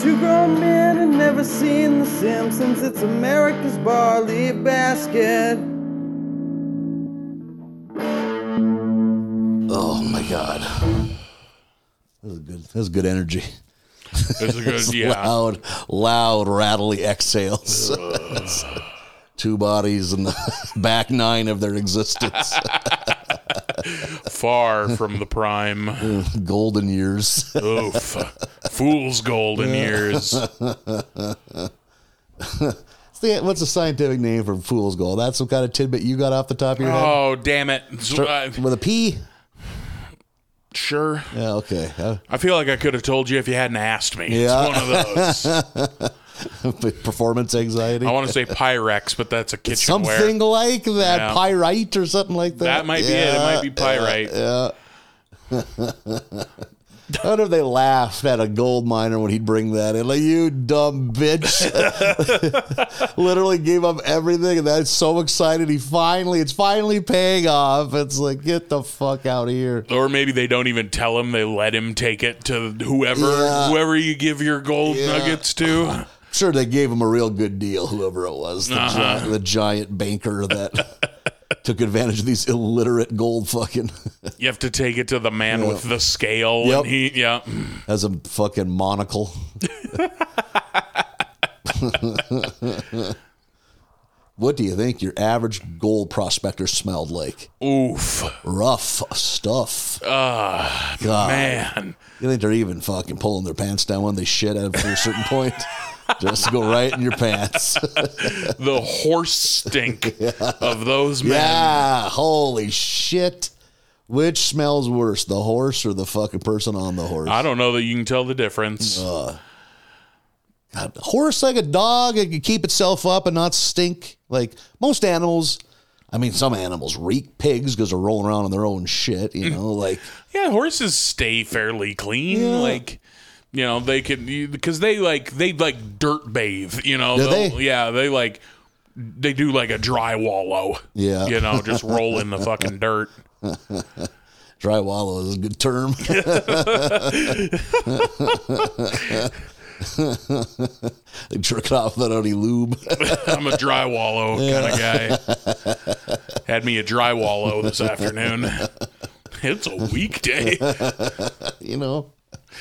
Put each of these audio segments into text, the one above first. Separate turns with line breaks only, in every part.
Two grown men and never seen The Simpsons. It's America's barley basket.
Oh my god. That was good. That was good energy.
It's a
It's
good, yeah.
Loud, loud, rattly exhales. Two bodies in the back nine of their existence.
Far from the prime.
Golden years.
Oof. Fool's golden years.
See, What's the scientific name for fool's gold? That's some kind of tidbit you got off the top of your head.
Oh, damn it. Uh,
With a P?
sure.
Yeah, okay. Uh,
I feel like I could have told you if you hadn't asked me.
Yeah.
It's one of those.
performance anxiety.
I want to say Pyrex, but that's a kitchenware.
Something like that.
Yeah.
Pyrite or something like that.
That might be it. It might be pyrite.
I wonder if they laughed at a gold miner when he'd bring that in. Like, you dumb bitch. Literally gave up everything. And that's so excited. He finally, it's finally paying off. It's like, get the fuck out of here.
Or maybe they don't even tell him. They let him take it to whoever,
Yeah.
whoever you give your gold
Yeah.
nuggets to.
Sure, they gave him a real good deal, whoever it was. The, gi- the giant banker that took advantage of these illiterate gold fucking.
You have to take it to the man with the scale.
Yep.
And he, yeah.
has a fucking monocle. what do you think your average gold prospector smelled like?
Oof.
Rough stuff. God.
Man.
You think they're even fucking pulling their pants down when they shit at a certain point? Just to go right in your pants.
The horse stink of those men.
yeah, holy shit. Which smells worse, the horse or the fucking person on the horse?
I don't know that you can tell the difference.
a horse like a dog it can keep itself up and not stink like most animals i mean some animals reek pigs because they're rolling around in their own shit you know like
yeah, horses stay fairly clean. Like, you know, they could because they like they like dirt bathe. You know,
Do they?
They'll- yeah, they like they do like a dry wallow.
Yeah.
you know, just roll in the fucking dirt.
dry wallow is a good term they jerk it off without any lube
I'm a dry wallow kind of guy. Had me a dry wallow this afternoon. It's a weekday.
you know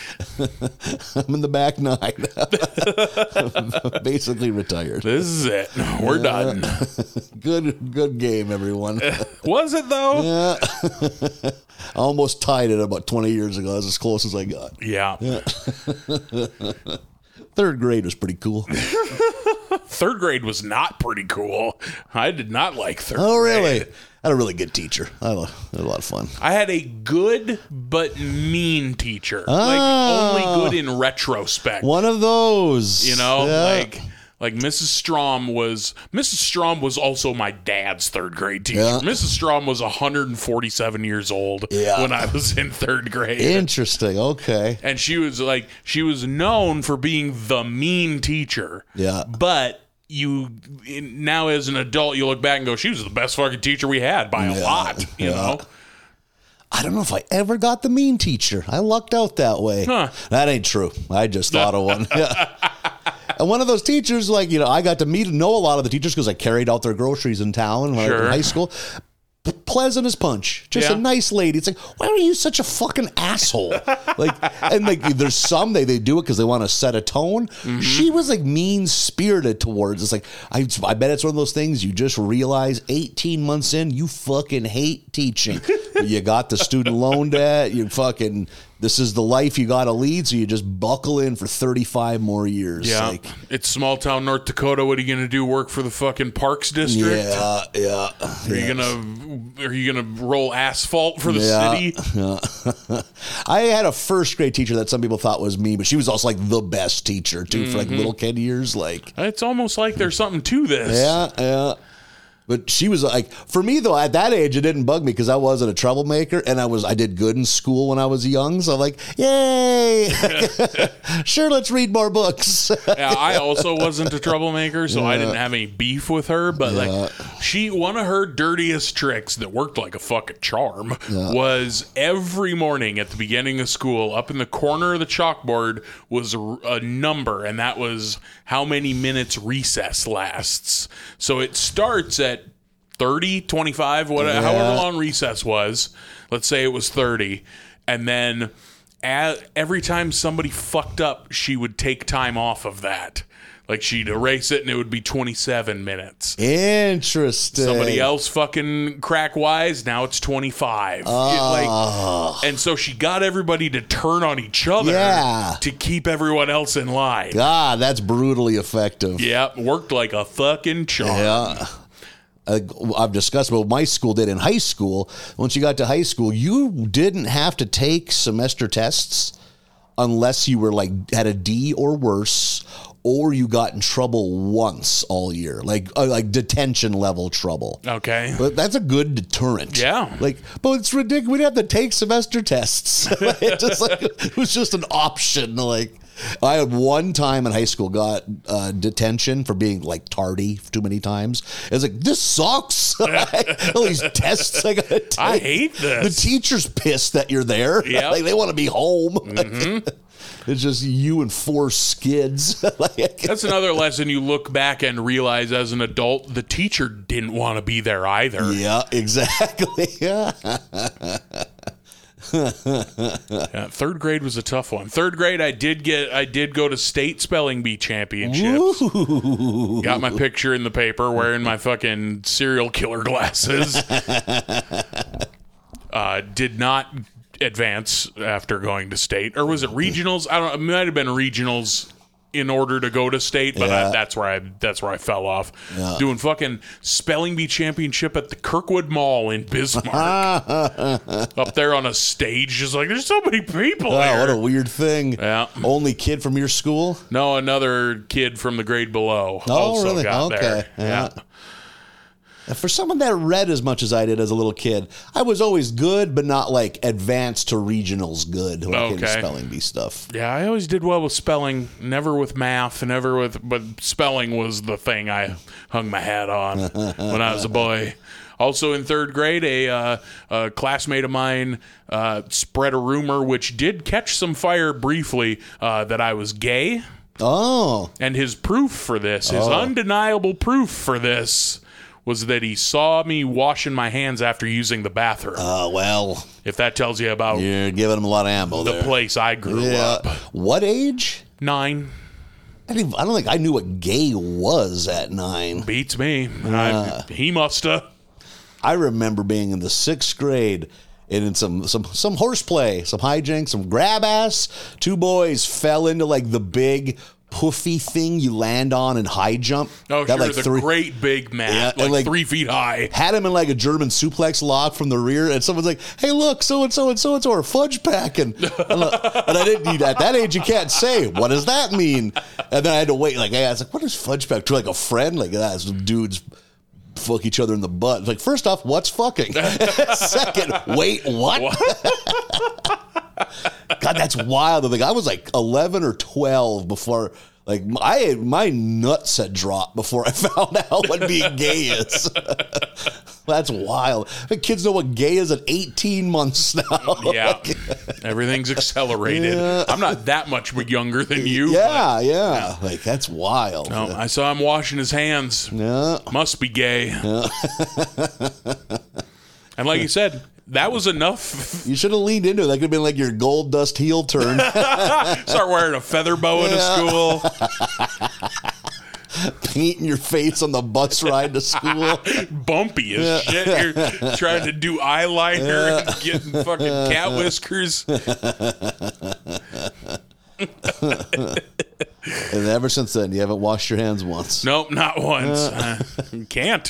i'm in the back nine basically retired
This is it. We're done.
good good game everyone
Was it though?
i almost tied it about 20 years ago that's as close as i got
Yeah.
Third grade was pretty cool.
Third grade was not pretty cool. I did not like third
Oh, really?
grade.
I had a really good teacher. I had a, had a lot of fun.
I had a good but mean teacher. Like
Ah.
only good in retrospect.
One of those.
You know,
Yeah.
like like Mrs. Strom was Mrs. Strom was also my dad's third grade teacher.
Yeah.
Mrs. Strom was 147 years old
Yeah.
when I was in third grade.
interesting. Okay.
and she was like she was known for being the mean teacher.
Yeah.
But you now as an adult you look back and go she was the best fucking teacher we had by a lot, you know.
I don't know if I ever got the mean teacher. I lucked out that way.
Huh.
That ain't true. I just thought of one. Yeah. And one of those teachers, like, you know, I got to meet and know a lot of the teachers because I carried out their groceries in town when I was in
Sure.
high school. P- pleasant as punch. Just a
Yeah.
nice lady. It's like, why are you such a fucking asshole? like, and like, there's some they they do it because they want to set a tone.
Mm-hmm.
She was like mean spirited towards. It's like I I bet it's one of those things you just realize 18 months in you fucking hate teaching. you got the student loan debt. You fucking this is the life you got to lead. So you just buckle in for 35 more years.
Yeah,
Like,
it's small town North Dakota. What are you gonna do? Work for the fucking Parks District?
yeah, yeah.
Are you gonna Are you gonna roll asphalt for the
Yeah.
city?
I had a first grade teacher that some people thought was me, but she was also like the best
Mm-hmm.
teacher too for like little kid years. Like,
It's almost like there's something to this.
yeah, yeah. But she was like, for me though, at that age, it didn't bug me because I wasn't a troublemaker and I was I did good in school when I was young. So I'm like, yay! sure, let's read more books.
Yeah, I also wasn't a troublemaker, so I didn't have any beef with her. But like, she one of her dirtiest tricks that worked like a fucking charm was every morning at the beginning of school, up in the corner of the chalkboard was a, a number, and that was how many minutes recess lasts. So it starts at 30, 25, whatever, however long recess was. Let's say it was 30. And then a every time somebody fucked up, she would take time off of that. Like she'd erase it and it would be 27 minutes.
Interesting.
Somebody else fucking crack wise, now it's 25. It, like, and so she got everybody to turn on each other
Yeah.
to keep everyone else in line.
God, Ah, that's brutally effective.
Yeah, worked like a fucking charm.
Yeah. Uh, I've discussed what my school did in high school. Once you got to high school, you didn't have to take semester tests unless you were like had a D or worse, or you got in trouble once all year, like uh, like detention level trouble.
Okay.
But that's a good deterrent.
Yeah.
Like, but it's ridiculous. We'd have to take semester tests. it, just like, it was just an option. Like, I had one time in high school got uh, detention for being like tardy too many times. I was like, this sucks. All these tests I got to take.
I hate
The
this.
teacher's pissed that you're there.
Yep. Mm-hmm.
like, they want to be home. it's just you and four skids. like,
That's another lesson you look back and realize as an adult, the teacher didn't want to be there either.
yeah, exactly. Yeah.
Yeah, third grade was a tough one. Third grade, I did get, I did go to state spelling bee championships. Got my picture in the paper wearing my fucking serial killer glasses. uh, did not advance after going to state, or was it regionals? I don't. It might have been regionals in order to go to state, but I,
Yeah.
that's where I that's where I fell off. Doing fucking spelling bee championship at the Kirkwood Mall in Bismarck,
Uh-huh.
up there on a stage, just like there's so many people.
Wow,
there.
Oh, what a weird thing.
Yeah.
Only kid from your school?
No, another kid from the grade below also
Oh, really?
got there.
Okay. Yeah. And For someone that read as much as I did as a little kid, I was always good, but not like advanced to regionals good when it came to
Okay.
spelling bee stuff.
Yeah, I always did well with spelling, never with math, never with, but spelling was the thing I hung my hat on when I was a boy. Also in third grade, a, uh, a classmate of mine uh, spread a rumor, which did catch some fire briefly, uh, that I was gay.
Oh,
And his proof for this, his undeniable proof for this, was that he saw me washing my hands after using the bathroom.
uh, well,
if that tells you about
you're giving him a lot of ammo
the
there.
place I grew up.
yeah. What age?
Nine
I, didn't, I don't think I knew what gay was at nine.
beats me. I, he musta.
I remember being in the sixth grade and in some some some horseplay, some hijinks, some grab ass. Two boys fell into like the big poofy thing you land on in high jump.
Oh,
Got,
sure,
like
the
three-
great big
Yeah,
mat,
and
like,
like-
three feet high.
Had him in like a German suplex lock from the rear, and someone's like, "Hey, look, so and so and so and so are fudge packing," and, I- and I didn't. At that age, you can't say what does that mean. And then I had to wait. Like I was like, "What is fudge pack?" To like a friend, like that's dudes fuck each other in the butt. It's like, first off, what's fucking? Second, wait, what? God, that's wild. Like I was like eleven or twelve before. Like I, my nuts had dropped before I found out what being gay is. that's wild. The kids know what gay is at eighteen months now.
Yeah, everything's accelerated. I'm not that much younger than you.
yeah, yeah. Like that's wild.
but- No, I saw him washing his hands.
Yeah.
Must be gay. and like you said, that was enough.
You should have leaned into it. That could have been like your gold dust heel turn.
Start wearing a feather boa
Yeah.
to school.
painting your face on the bus ride to school.
bumpy as shit. You're trying to do eyeliner and getting fucking cat whiskers.
And ever since then, you haven't washed your hands once.
Nope, not once. Uh, can't.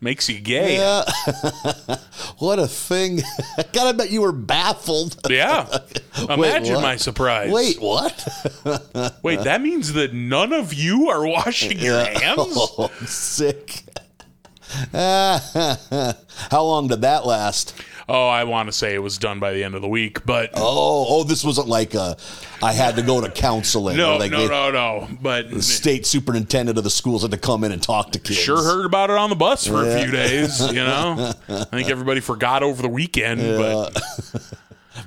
Makes you gay. Yeah.
Yeah. what a thing. God, I bet you were baffled.
Imagine
what?
my surprise.
Wait, Uh. what?
Wait, that means that none of you are washing your hands?
Oh, sick. How long did that last?
Oh, I want to say it was done by the end of the week, but
Oh, oh, this wasn't like uh, I had to go to counseling.
no,
or like
no,
the
no, no. But
State superintendent of the schools had to come in and talk to kids.
sure heard about it on the bus for a few days. You know, I think everybody forgot over the weekend, but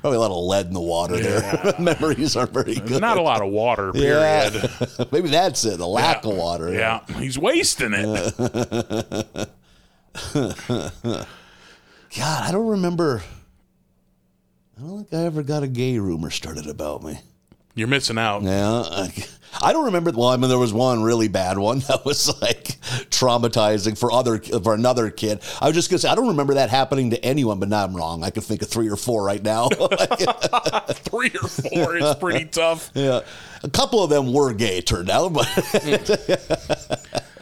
Probably a lot of lead in the water there. Memories aren't very good.
not a lot of water.
Yeah.
Period.
Maybe that's it. The lack of water.
Yeah, he's wasting it.
God, I don't remember. I don't think I ever got a gay rumor started about me.
You're missing out.
Yeah. I, I don't remember. Well, I mean, there was one really bad one that was like traumatizing for other for another kid. I was just gonna say I don't remember that happening to anyone, but now I'm wrong. I could think of three or four right now.
Three or four is pretty tough.
yeah, a couple of them were gay, it turned out, but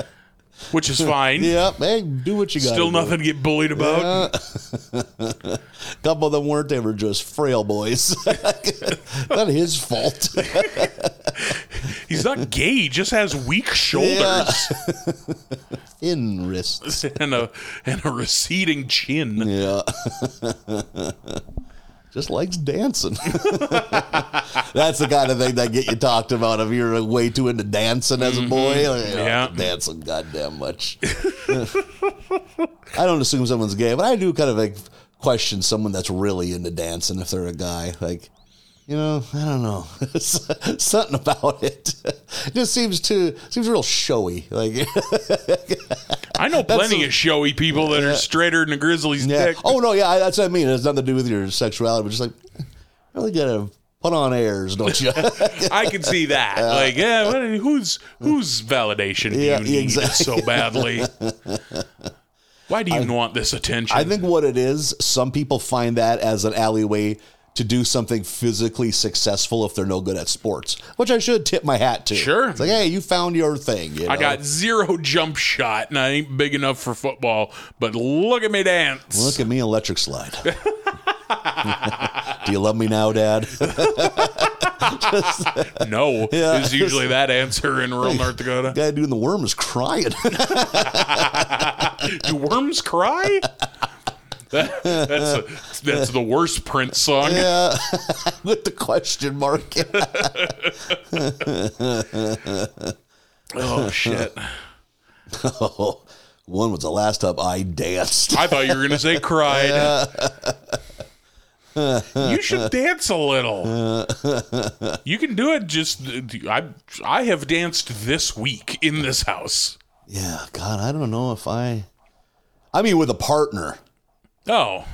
which is fine.
yeah, hey, do what you got.
Still nothing to get bullied about.
A couple of them weren't. They were just frail boys. Not his fault.
He's not gay, he just has weak shoulders
Thin wrists.
and a and a receding chin.
Yeah. Just likes dancing. That's the kind of thing that get you talked about if you're way too into dancing as a boy. Like, you know,
Yeah.
dancing goddamn much. I don't assume someone's gay, but I do kind of like question someone that's really into dancing if they're a guy. Like, you know, I don't know. It's something about it. It just seems too seems real showy. Like
I know plenty of showy people that are straighter than a grizzly's
Yeah.
dick.
Oh no, yeah, I- that's what I mean. It has nothing to do with your sexuality, but just like really gotta put on airs, don't you?
I can see that. Like, yeah, what, who's whose validation do
Yeah,
you need
exactly.
so badly? Why do you want this attention?
I think what it is, some people find that as an alleyway to do something physically successful if they're no good at sports, which I should tip my hat to.
Sure.
It's like, hey, you found your thing. you
I
know?
got zero jump shot and I ain't big enough for football, but look at me dance.
Look at me, electric slide. do you love me now, Dad?
No
Yeah.
is usually that answer in rural North Dakota.
guy doing the worm is crying.
Do worms cry? That- that's, a, that's the worst Prince song.
with the question mark.
Oh shit!
Oh, One was the last time I danced.
I thought you were gonna say cried. you should dance a little. You can do it. Just I I have danced this week in this house.
Yeah, God, I don't know if I. I mean, with a partner.
Oh,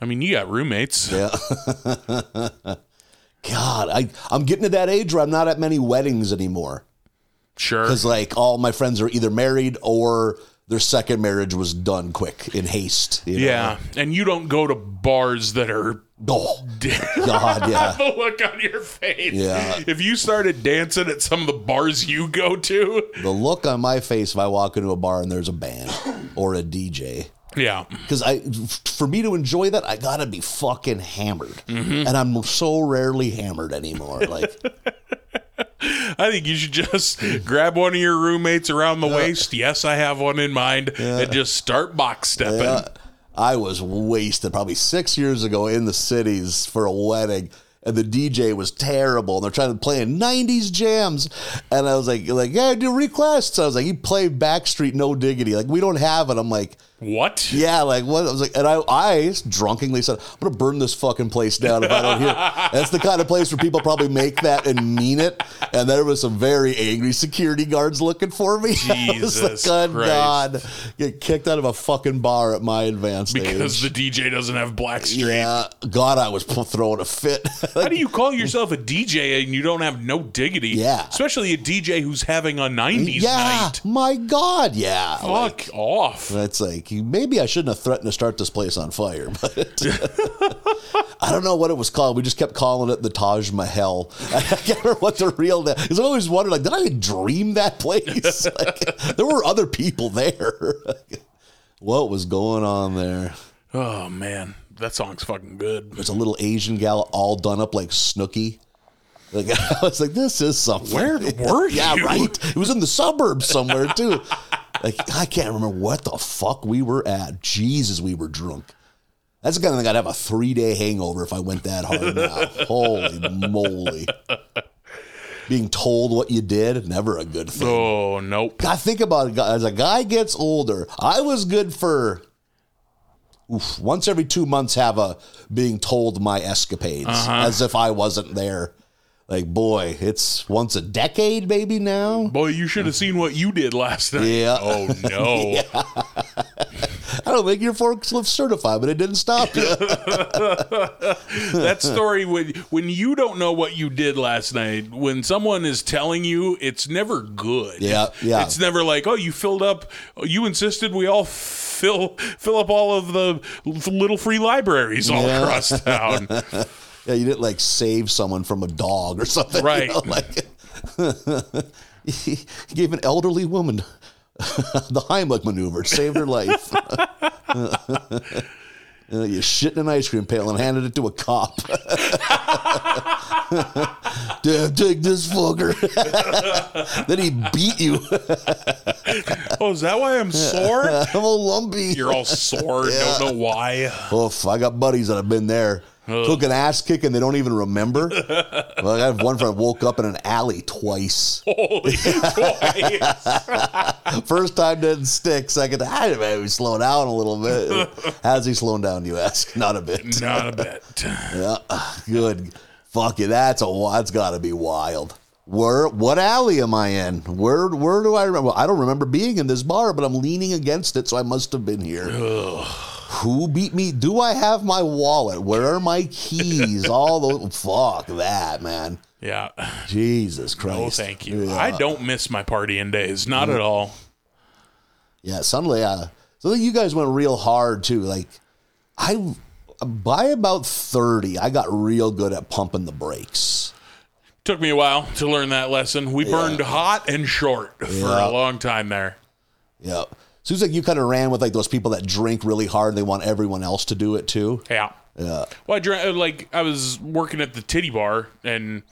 I mean you got roommates.
God, I I'm getting to that age where I'm not at many weddings anymore
Sure.
because like all my friends are either married or their second marriage was done quick in haste. you know?
Yeah, and you don't go to bars that are
Oh, God, yeah.
the look on your face.
Yeah.
If you started dancing at some of the bars you go to,
The look on my face if I walk into a bar and there's a band or a DJ.
yeah,
because I, for me to enjoy that, I gotta be fucking hammered, and I'm so rarely hammered anymore. Like,
I think you should just grab one of your roommates around the waist. Yes, I have one in mind, and just start box stepping.
I was wasted probably six years ago in the cities for a wedding. And the DJ was terrible, and they're trying to play in '90s jams, and I was like, "Like, yeah, do requests." I was like, "You play Backstreet, No Diggity." Like, we don't have it. I'm like,
What?
"Yeah, like what?" I was like, and I, I drunkenly said, "I'm gonna burn this fucking place down if I don't hear." it." That's the kind of place where people probably make that and mean it. And there was some very angry security guards looking for me. I was like,
Jesus
"Good
Christ.
God, get kicked out of a fucking bar at my advanced age."
Because the DJ doesn't have black streak.
Yeah, God, I was p- throwing a fit.
How do you call yourself a DJ and you don't have no diggity?
Yeah.
Especially a DJ who's having a 90s
yeah,
night.
my God, yeah. Like,
Fuck off.
that's like you- maybe I shouldn't have threatened to start this place on fire, but I don't know what it was called. We just kept calling it the Taj Mahal. I can't remember what the real name. Because I always wondered, like, did I dream that place? Like, there were other people there. what was going on there?
Oh, man. That song's fucking good.
There's a little Asian gal all done up like Snooky. Like I was like, this is something.
Where were
yeah,
you?
right. It was in the suburbs somewhere too. like I can't remember what the fuck we were at. Jesus, we were drunk. That's the kind of thing I'd have a three day hangover if I went that hard now. Holy moly. Being told what you did, never a good thing.
Oh, nope.
I think about it as a guy gets older. I was good for oof, once every two months have a being told my escapades
Uh-huh.
as if I wasn't there. Like boy, it's once a decade maybe now.
Boy, you should have seen what you did last night.
Yeah.
Oh, no.
I don't think your forklift certified, but it didn't stop you.
That story when when you don't know what you did last night, when someone is telling you, it's never good.
Yeah, yeah.
It's never like, oh, you filled up. You insisted we all fill fill up all of the little free libraries all
Yeah.
across town.
yeah, you didn't like save someone from a dog or something. you
Right.
know, like he gave an elderly woman the Heimlich maneuver, saved her life. Uh, you shit in an ice cream pail and handed it to a cop. Damn, take this fucker. then he beat you.
oh, is that why I'm sore?
I'm all lumpy.
You're all sore. Don't know why.
Oof, I got buddies that have been there. Took an ass kick and they don't even remember. well, I have one friend woke up in an alley twice.
Holy boy.
First time didn't stick. Second, I maybe slow down a little bit. How's he slowing down? You ask. Not a bit.
Not a bit.
Good. Fuck you. That's a. wi- That's got to be wild. Where? What alley am I in? Where? Where do I remember? Well, I don't remember being in this bar, but I'm leaning against it, so I must have been here. Who beat me? Do I have my wallet? Where are my keys? All those. Fuck that, man.
Yeah.
Jesus Christ.
Oh, thank you.
Yeah.
I don't miss my partying days. Not at all.
Yeah, suddenly, uh, so you guys went real hard too. Like, I by about thirty, I got real good at pumping the brakes.
Took me a while to learn that lesson. We burned hot and short for
Yeah.
a long time there.
Yeah, seems like you kind of ran with like those people that drink really hard. and They want everyone else to do it too.
Yeah. Yeah. Well, I drank uh, like I was working at the titty bar, and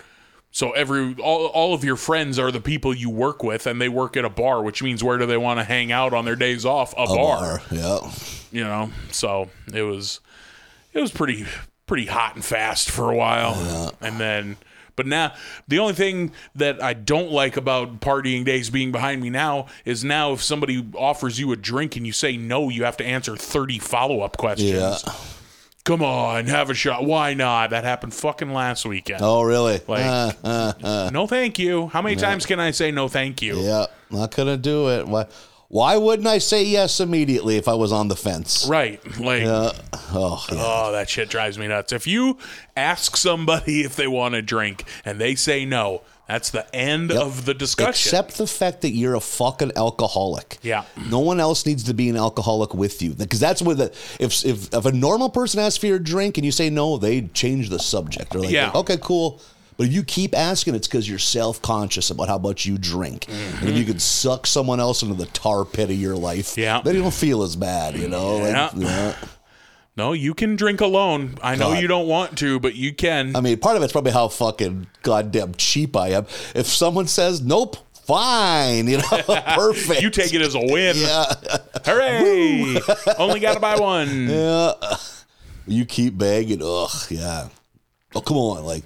so every all all of your friends are the people you work with, and they work at a bar, which means where do they want to hang out on their days off? A, bar,
Or- Yeah,
you know. So it was it was pretty pretty hot and fast for a while, and then. But now, the only thing that I don't like about partying days being behind me now is now if somebody offers you a drink and you say no, you have to answer 30 follow up questions.
yeah.
Come on, have a shot. Why not? That happened fucking last weekend.
Oh, really?
Like-
Uh, uh,
No, thank you. How many times can I say no, thank you?
yeah, not gonna do it. Why? Why wouldn't I say yes immediately if I was on the fence?
Right. Like,
Oh, yeah.
oh, that shit drives me nuts. If you ask somebody if they want a drink and they say no, that's the end of the discussion.
Accept the fact that you're a fucking alcoholic.
Yeah.
No one else needs to be an alcoholic with you because that's where the if if if a normal person asks for your drink and you say no, they change the subject. They're like,
Yeah.
okay, cool. But if you keep asking, it's because you're self conscious about how much you drink. And if
Mm-hmm.
you could suck someone else into the tar pit of your life,
Yeah.
then you don't feel as bad, you know? Like,
Yeah.
yeah.
no, you can drink alone. I know you don't want to, but you can.
I mean, part of it's probably how fucking goddamn cheap I am. If someone says, nope, fine, you know, perfect.
you take it as a win. Hooray! Only got to buy one.
you keep begging. Ugh, yeah. Oh, come on, like,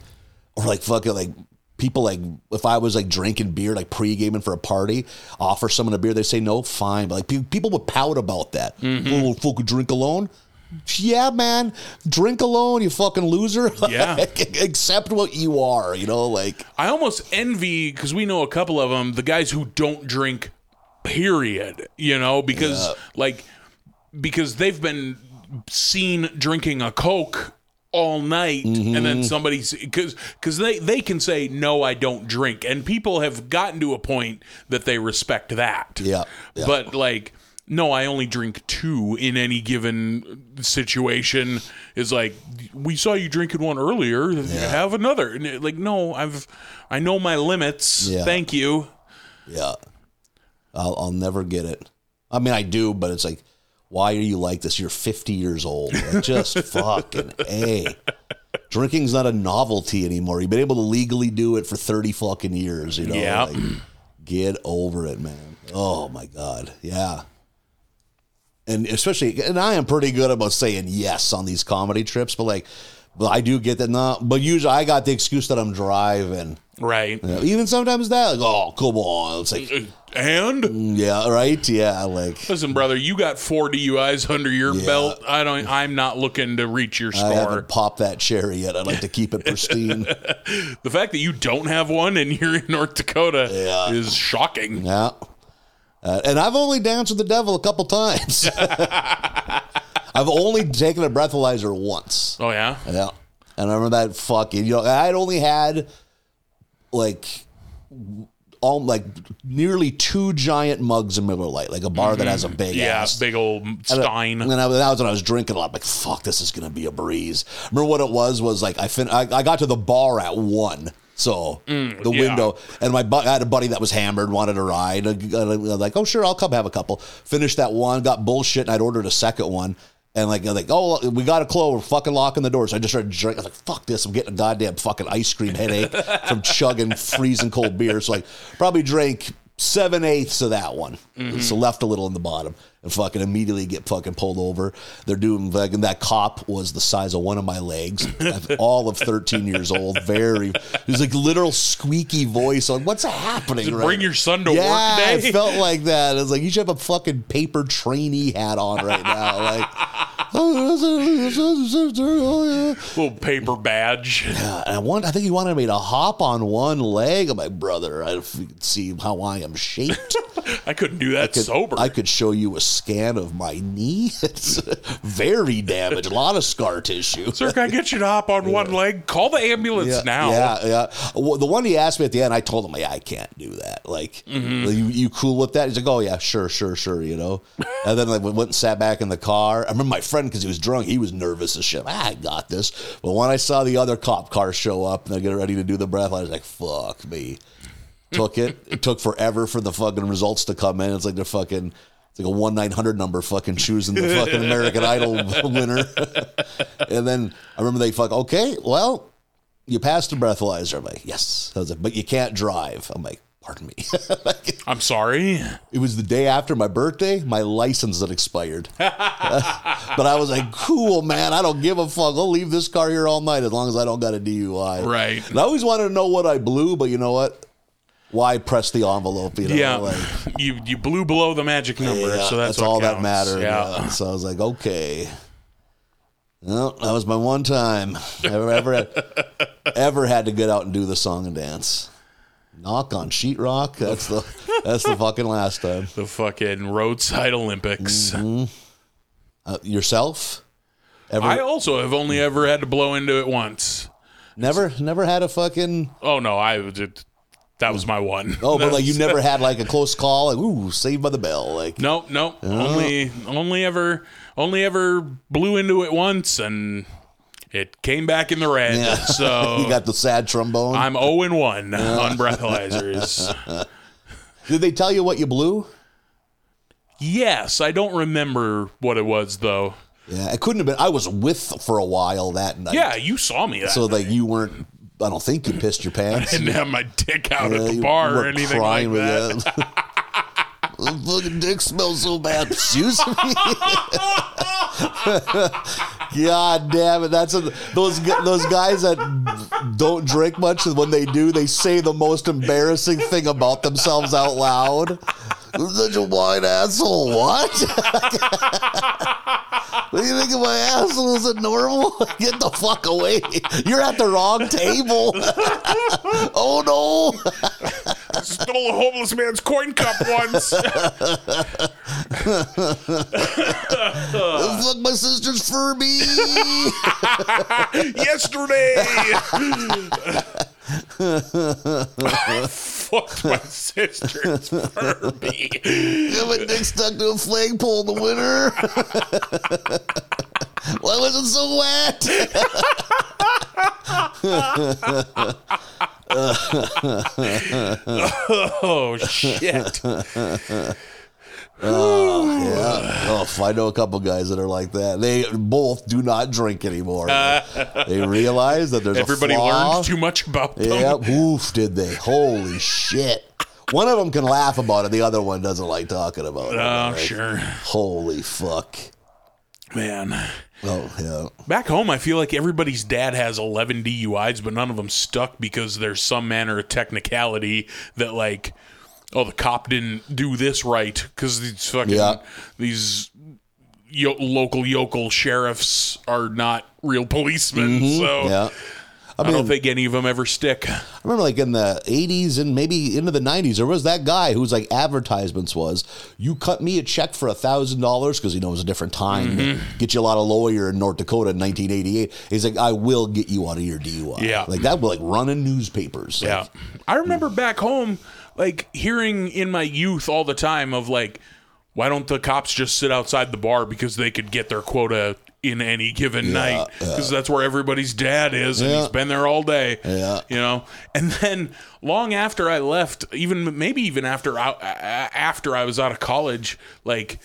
or like fucking like people like if I was like drinking beer like pre-gaming for a party, offer someone a beer, they say no, fine. But like pe- people would pout about that. Oh, fucking drink alone. Yeah, man, drink alone, you fucking loser.
Yeah.
Like, accept what you are. You know, like
I almost envy because we know a couple of them, the guys who don't drink, period. You know, because like because they've been seen drinking a coke all night and
Mm-hmm.
then somebody's because because they they can say no i don't drink and people have gotten to a point that they respect that
Yeah, yeah.
but like no i only drink two in any given situation is like we saw you drinking one earlier have another And it- like no i've i know my limits
Yeah.
thank you
Yeah. I'll, I'll never get it. I mean, I do, but it's like, why are you like this? You're 50 years old. Like, just fucking A. Drinking's not a novelty anymore. You've been able to legally do it for 30 fucking years, you know?
Yeah.
Like, Get over it, man. Oh my god, yeah. And especially, and I am pretty good about saying yes on these comedy trips, but like, but I do get that. Not, but usually I got the excuse that I'm driving.
Right.
You know, even sometimes that, like, oh come on, it's like,
And
yeah, right, yeah, like.
listen, brother, you got four DUIs under your
Yeah.
belt. I don't. I'm not looking to reach your
I
score.
haven't popped that cherry yet. I'd like to keep it pristine.
The fact that you don't have one and you're in North Dakota
Yeah.
is shocking.
Yeah. Uh, and I've only danced with the devil a couple times. I've only taken a breathalyzer once.
Oh yeah.
Yeah. And I remember that fucking, you know, I'd only had like all like nearly two giant mugs of Miller Lite, like a bar that has a big
Yeah.
ass.
Big old Stein.
And I, that was when I was drinking a lot. I'm like, fuck, this is gonna be a breeze. Remember what it was? Was like I fin- I, I got to the bar at one, so the
Mm, yeah.
window, and my bu- I had a buddy that was hammered, wanted a ride. And I- I'm like, oh sure, I'll come have a couple. Finished that one, got bullshit, and I'd ordered a second one. And like, I'm like, oh, we got to close. We're fucking locking the doors. I just started drinking. I was like, fuck this. I'm getting a goddamn fucking ice cream headache from chugging freezing cold beer. So like, probably drank seven eighths of that one.
Mm-hmm.
So left a little in the bottom and fucking immediately get fucking pulled over. They're doing fucking that cop was the size of one of my legs, all of 13 years old. Very, he's like literal squeaky voice. Like, what's happening? Right?
Bring your son to
yeah,
work day.
I felt like that. I was like, you should have a fucking paper trainee hat on right now. Like, oh, yeah.
little paper badge.
Uh, and I want. I think he wanted me to hop on one leg. I'm like, brother, I if you could see how I am shaped.
I couldn't do that
could-
sober.
I could show you a scan of my knee. It's very damaged, a lot of scar tissue.
Sir, can I get you to hop on one leg? Call the ambulance
Yeah,
now.
yeah, yeah. Well, the one he asked me at the end, I told him, "Yeah, I can't do that. Like, you, you cool with that?" He's like, "Oh yeah, sure, sure, sure." You know. and then like we went and sat back in the car. I remember my friend because he was drunk, he was nervous as shit. "Ah, I got this. But when I saw the other cop car show up and they're getting ready to do the breath, I was like, "Fuck me." took it. It took forever for the fucking results to come in. It's like they're fucking. It's like a one nine hundred number fucking choosing the fucking American Idol winner. and then I remember they fuck. Okay, well, you passed the breathalyzer. I'm like, yes. I was like, but you can't drive. I'm like. Pardon me.
I'm sorry.
it was the day after my birthday. My license had expired. but I was like, cool, man. I don't give a fuck. I'll leave this car here all night as long as I don't got a DUI.
Right.
And I always wanted to know what I blew, but you know what? Why press the envelope? You know,
Yeah.
like,
you you blew below the magic number,
yeah,
so that's,
that's
what
all that
counts.
mattered.
Yeah.
yeah. So I was like, okay. Well, that was my one time ever ever ever had to get out and do the song and dance. Knock on sheetrock. That's the that's the fucking last time.
The fucking roadside Olympics.
Mm-hmm. Uh, yourself? Ever?
I also have only ever had to blow into it once.
never never had a fucking
Oh no, I was it, that was my one.
oh, but like you never had like a close call like ooh saved by the bell like
No, no. Only only ever only ever blew into it once and it came back in the red.
Yeah.
So
you got the sad trombone.
I'm 0 and 1 on breathalyzers.
Did they tell you what you blew?
yes, I don't remember what it was though.
Yeah, it couldn't have been. I was with for a while that night.
Yeah, you saw me that.
So like you weren't. I don't think you pissed your pants.
didn't have my dick out
Yeah,
at the
you
bar or
weren't
anything
crying
like that.
with that. The fucking dick smells so bad. Excuse me. God damn it! That's a, those gu- those guys that don't drink much. and When they do, they say the most embarrassing thing about themselves out loud. I'm such a white asshole. What? what do you think of my asshole? Is it normal? Get the fuck away! You're at the wrong table. oh no!
Stole a homeless man's coin cup once.
Fuck my sister's Furby.
yesterday. Fucked my sister's Furby.
Got my dick stuck to a flagpole in the winter. Why was it so wet?
Oh shit!
Yeah. Oh, if I know a couple guys that are like that. They both do not drink anymore. they realize that there's
Everybody
a flaw.
learned too much about them.
Yeah, oof, did they? Holy shit. One of them can laugh about it. The other one doesn't like talking about it.
Oh,
Right?
sure.
Holy fuck.
Man.
Oh, yeah.
Back home, I feel like everybody's dad has 11 DUIs, but none of them stuck because there's some manner of technicality that, like, oh, the cop didn't do this right because these fucking,
Yeah.
these yo- local yokel sheriffs are not real policemen. So
Mm-hmm. Yeah. I
I
mean,
don't think any of them ever stick.
I remember like in the 80s and maybe into the 90s, there was that guy whose like advertisements was, you cut me a check for a $1,000 because, you know, it was a different time.
Mm-hmm.
Get you a lot of lawyer in North Dakota in 1988. He's like, I will get you out of your DUI.
Yeah.
Like that was like running newspapers.
Yeah. I remember back home, like hearing in my youth all the time of like, why don't the cops just sit outside the bar because they could get their quota in any given night because that's where everybody's dad is and
Yeah.
he's been there all day.
Yeah.
You know, and then long after I left, even maybe even after I, a- after I was out of college, like.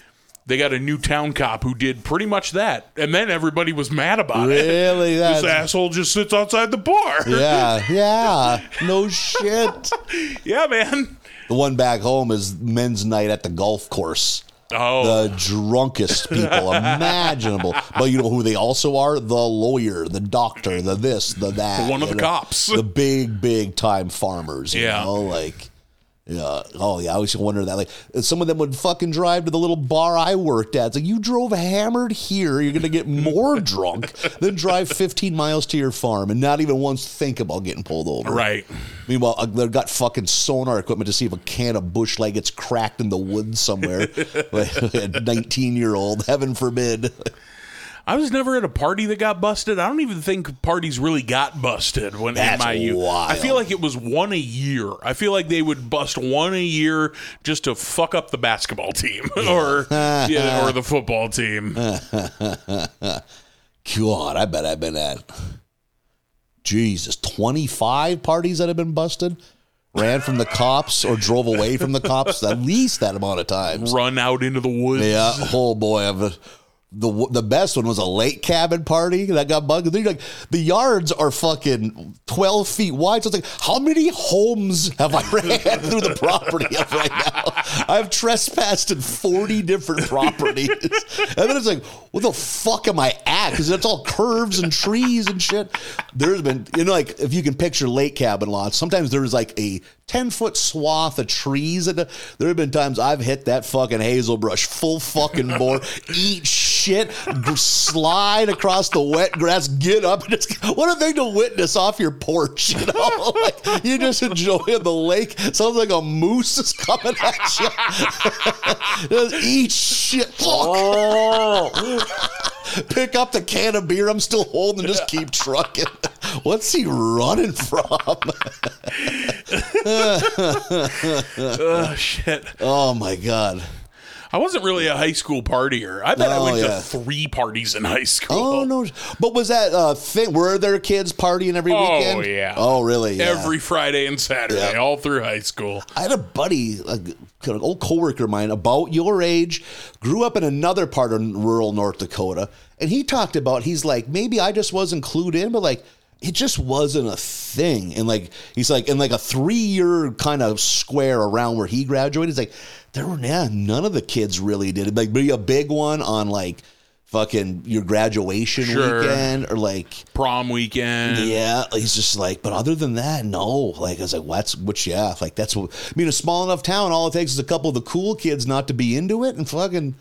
They got a new town cop who did pretty much that, and then everybody was mad about it.
Really?
This
That's,
asshole just sits outside the bar.
yeah. Yeah. No shit.
yeah man.
The one back home is men's night at the golf course.
Oh,
the drunkest people imaginable. But you know who they also are? The lawyer, the doctor, the this, the that.
One of
you
the
know?
cops.
The big, big time farmers. You
Yeah.
Know? Like, yeah. Oh, yeah. I always wonder that. Like, some of them would fucking drive to the little bar I worked at. It's like, you drove hammered here. You're going to get more drunk than drive 15 miles to your farm and not even once think about getting pulled over.
Right.
Meanwhile, uh, they've got fucking sonar equipment to see if a can of bush light gets cracked in the woods somewhere. A 19 year old, heaven forbid.
I was never at a party that got busted. I don't even think parties really got busted when
That's
in my youth. I
wild.
feel like it was one a year. I feel like they would bust one a year just to fuck up the basketball team or yeah, or the football team.
God, I bet I've been at, Jesus, 25 parties that have been busted, ran from the cops or drove away from the cops at least that amount of times.
Run out into the woods.
Yeah, oh boy, I've. The, the best one was a late cabin party that got bugged. They're like the yards are fucking twelve feet wide. So it's like how many homes have I ran through the property of right now? I've trespassed in forty different properties, and then it's like, what the fuck am I at? Because it's all curves and trees and shit. There's been you know like if you can picture late cabin lots, sometimes there's like a 10 foot swath of trees. And there have been times I've hit that fucking hazel brush full fucking bore, eat shit, g- slide across the wet grass, get up. And just, what a thing to witness off your porch, you know? Like, you just enjoying the lake. Sounds like a moose is coming at you. Just eat shit. Fuck. Pick up the can of beer I'm still holding and just keep trucking. What's he running from?
Oh shit.
Oh my god.
I wasn't really a high school partier. I bet I
Oh,
went
yeah.
to three parties in high school.
Oh no! But was that uh thing? Were there kids partying every
Oh,
weekend?
yeah.
Oh really? Yeah.
Every Friday and Saturday,
Yeah.
all through high school.
I had a buddy, a, g- an old coworker of mine, about your age, grew up in another part of rural North Dakota, and he talked about he's like maybe I just wasn't clued in, but like it just wasn't a thing, and like he's like in like a three year kind of square around where he graduated, he's like there were yeah, none of the kids really did it, like be a big one on like fucking your graduation
Sure.
weekend or like
Prom weekend.
yeah, he's just like, but other than that, no. Like I was like, what's which? Yeah, like that's what. I mean, a small enough town. All it takes is a couple of the cool kids not to be into it, and fucking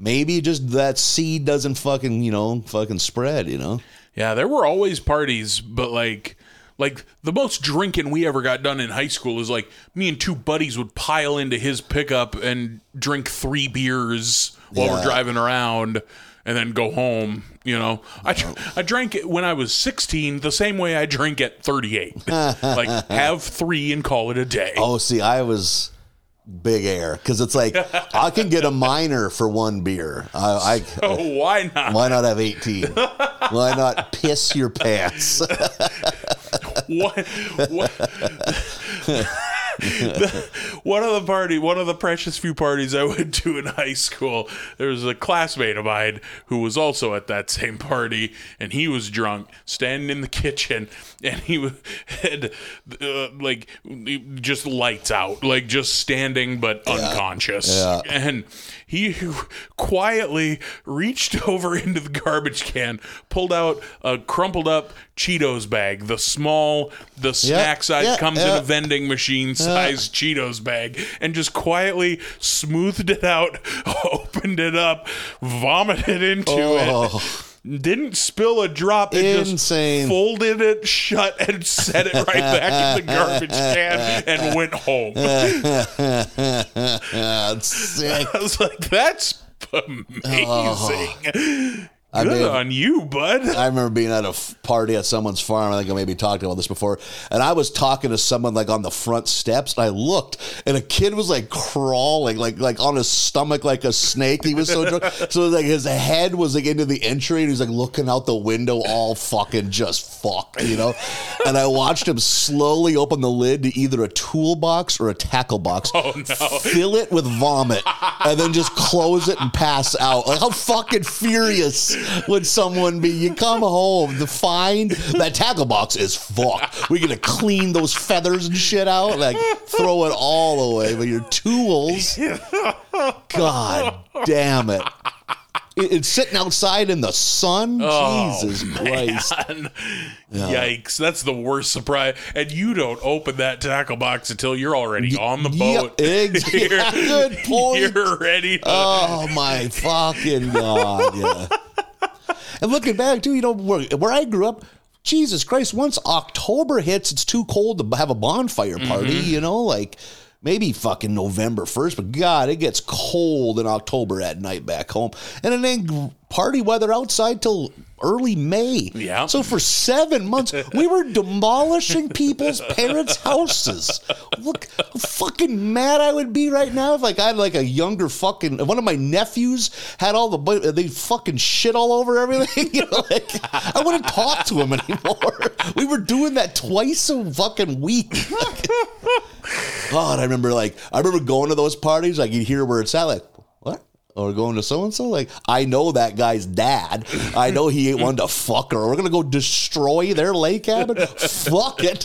maybe just that seed doesn't fucking you know fucking spread. You know,
Yeah, there were always parties, but like like the most drinking we ever got done in high school is like me and two buddies would pile into his pickup and drink three beers while we're
Yeah.
driving around and then go home, you know. I dr- I drank it when I was 16 the same way I drink at 38. like have 3 and call it a day.
Oh, see, I was big air because it's like I can get a minor for one beer. I, I
Oh, why not?
why not have eighteen? Why not piss your pants?
What? what? one of the party, one of the precious few parties I went to in high school, there was a classmate of mine who was also at that same party, and he was drunk, standing in the kitchen, and he was had, uh, like just lights out, like just standing but unconscious,
Yeah.
and he quietly reached over into the garbage can, pulled out a crumpled up Cheetos bag, the small, the snack size
yeah,
comes in
yeah.
a vending
Uh.
machine size Cheetos bag and just quietly smoothed it out, opened it up, vomited into
Oh.
it. Didn't spill a drop. It
Insane.
just folded it shut and set it right back in the garbage can and went home.
Uh.
I
That's sick.
was like, that's amazing. Good
Oh. mean- uh,
on you, bud.
I remember being at a f- party at someone's farm. I think I maybe talked about this before. And I was talking to someone like on the front steps, and I looked, and a kid was like crawling, like like on his stomach like a snake. He was so drunk, so like his head was like into the entry, and he was like looking out the window, all fucking just fucked, you know. And I watched him slowly open the lid to either a toolbox or a tackle box,
Oh, no.
fill it with vomit, and then just close it and pass out. Like how fucking furious would someone be? You come home, the find that tackle box is fucked. We're gonna clean those feathers and shit out, like throw it all away. But your tools, god damn it. It- It's sitting outside in the sun.
Oh,
Jesus Christ.
And- Yikes, that's the worst surprise. And you don't open that tackle box until you're already on the boat.
Yep, ex- yeah, good point.
You're ready to
Oh my fucking god! Yeah. And looking back too, you know where, where I grew up. Jesus Christ! Once October hits, it's too cold to have a bonfire party. You know, like maybe fucking November first, but God, it gets cold in October at night back home, and it ain't party weather outside till early May.
Yeah.
So for seven months, we were demolishing people's parents' houses. Look, how fucking mad I would be right now if like I had like a younger fucking one of my nephews had all the bu- they fucking shit all over everything. You know, like I wouldn't talk to him anymore. We were doing that twice a fucking week. God, I remember like I remember going to those parties. Like you hear where it's at, like what? Or going to so and so. Like I know that guy's dad. I know he ain't one to fuck her. We're gonna go destroy their lake cabin. fuck it.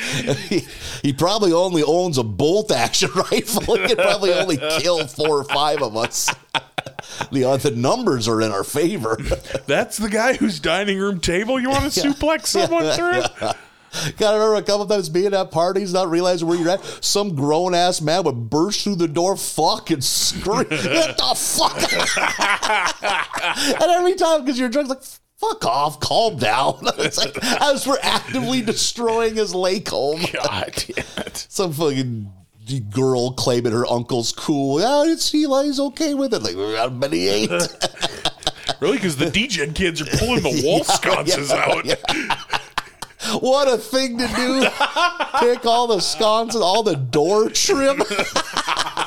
he, he probably only owns a bolt action rifle. He could probably only kill four or five of us. The other numbers are in our favor.
That's the guy whose dining room table you want to suplex someone through?
God, I remember a couple times being at parties, not realizing where you're at. Some grown ass man would burst through the door, fucking scream, "What the fuck?" and every time, because you're drunk, it's like. Fuck off! Calm down. it's like as we're actively destroying his lake home.
God damn it.
Some fucking girl claiming her uncle's cool. Yeah, it's Eli. He's okay with it. Like I bet he ain't.
Really? Because the DJ kids are pulling the wall sconces out.
What a thing to do. Take all the sconces, all the door trim.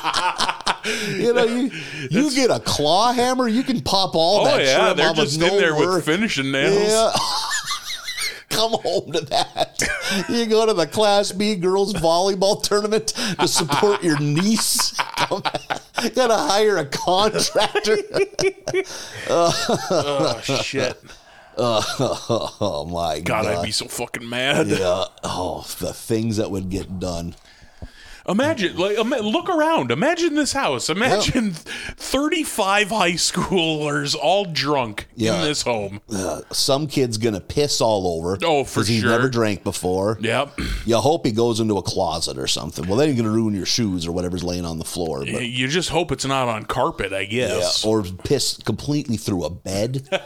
you know, you, you get a claw hammer, you can pop all
Oh,
that
yeah.
trim
They're
off with
just
no
in there
work.
with finishing nails.
Yeah. Come home to that. You go to the Class B girls volleyball tournament to support your niece. Gotta hire a contractor.
Oh, shit.
Oh my
God,
god.
I'd be so fucking mad.
yeah. Oh, the things that would get done.
Imagine, like, ima- look around. Imagine this house. Imagine th- 35 high schoolers all drunk
Yeah.
in this home.
some kid's gonna piss all over.
Oh, for
he
sure.
never drank before.
Yep.
You hope he goes into a closet or something. Well, then you're gonna ruin your shoes or whatever's laying on the floor. But
You just hope it's not on carpet, I
yeah,
guess.
or piss completely through a bed.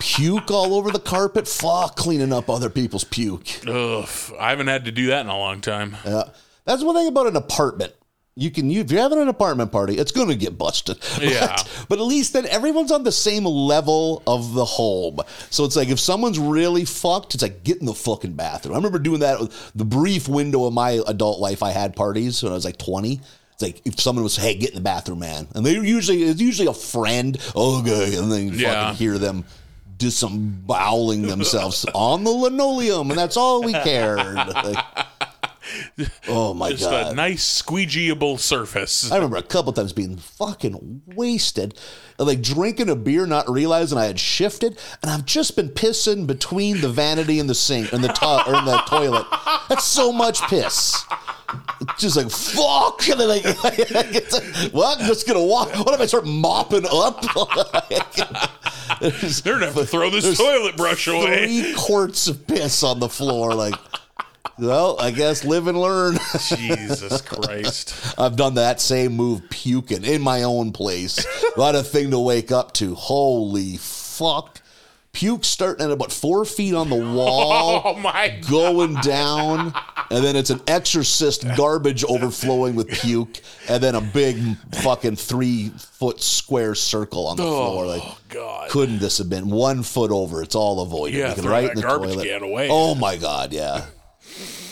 puke all over the carpet. Fuck, cleaning up other people's puke.
Ugh, I haven't had to do that in a long time.
Yeah. That's one thing about an apartment. You can, you, if you're having an apartment party, it's going to get busted.
Yeah.
But, but at least then everyone's on the same level of the home. So it's like if someone's really fucked, it's like get in the fucking bathroom. I remember doing that with the brief window of my adult life. I had parties when I was like 20. It's like if someone was, hey, get in the bathroom, man. And they usually, it's usually a friend. Okay. And then you
Yeah.
fucking hear them disemboweling themselves on the linoleum. And that's all we cared. Like, Oh my
Just
god!
a nice squeegeeable surface.
I remember a couple times being fucking wasted, like drinking a beer, not realizing I had shifted, and I've just been pissing between the vanity and the sink and the tub or in the toilet. That's so much piss. It's Just like fuck, and then like, it's like, well, I'm just gonna walk. What if I start mopping up? There's
They're gonna have to throw this
There's
toilet brush away.
three quarts of piss on the floor. Like, well, I guess live and learn.
Jesus Christ.
I've done that same move puking in my own place. what a thing to wake up to. Holy fuck. Puke starting at about four feet on the wall,
Oh my
going down, and then it's an exorcist garbage overflowing with puke, and then a big fucking three foot square circle on the floor. Like,
God.
couldn't this have been one foot over? It's all avoided.
Yeah,
You can
throw
right
that
in the
garbage
toilet.
can away.
Oh my god, yeah.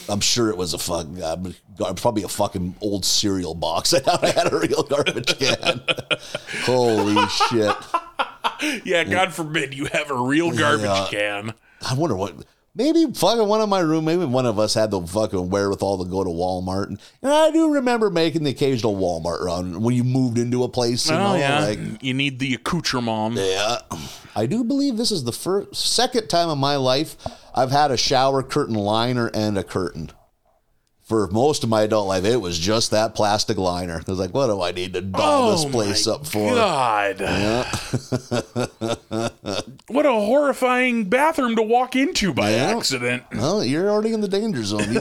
I'm sure it was a fucking uh, gar- probably a fucking old cereal box. I doubt I had a real garbage can. Holy shit!
Yeah, God forbid you have a real garbage
Yeah.
can.
I wonder what. Maybe fucking one of my room. Maybe one of us had the fucking wherewithal to go to Walmart, and, and I do remember making the occasional Walmart run when you moved into a place. You
Oh,
know,
yeah.
like
you need the accoutrement.
Yeah. I do believe this is the first second time in my life I've had a shower curtain liner and a curtain. For most of my adult life, it was just that plastic liner. It was like, what do I need to doll this place
Oh my
up for?
God. what a horrifying bathroom to walk into by
Yeah.
accident.
Well, you're already in the danger zone.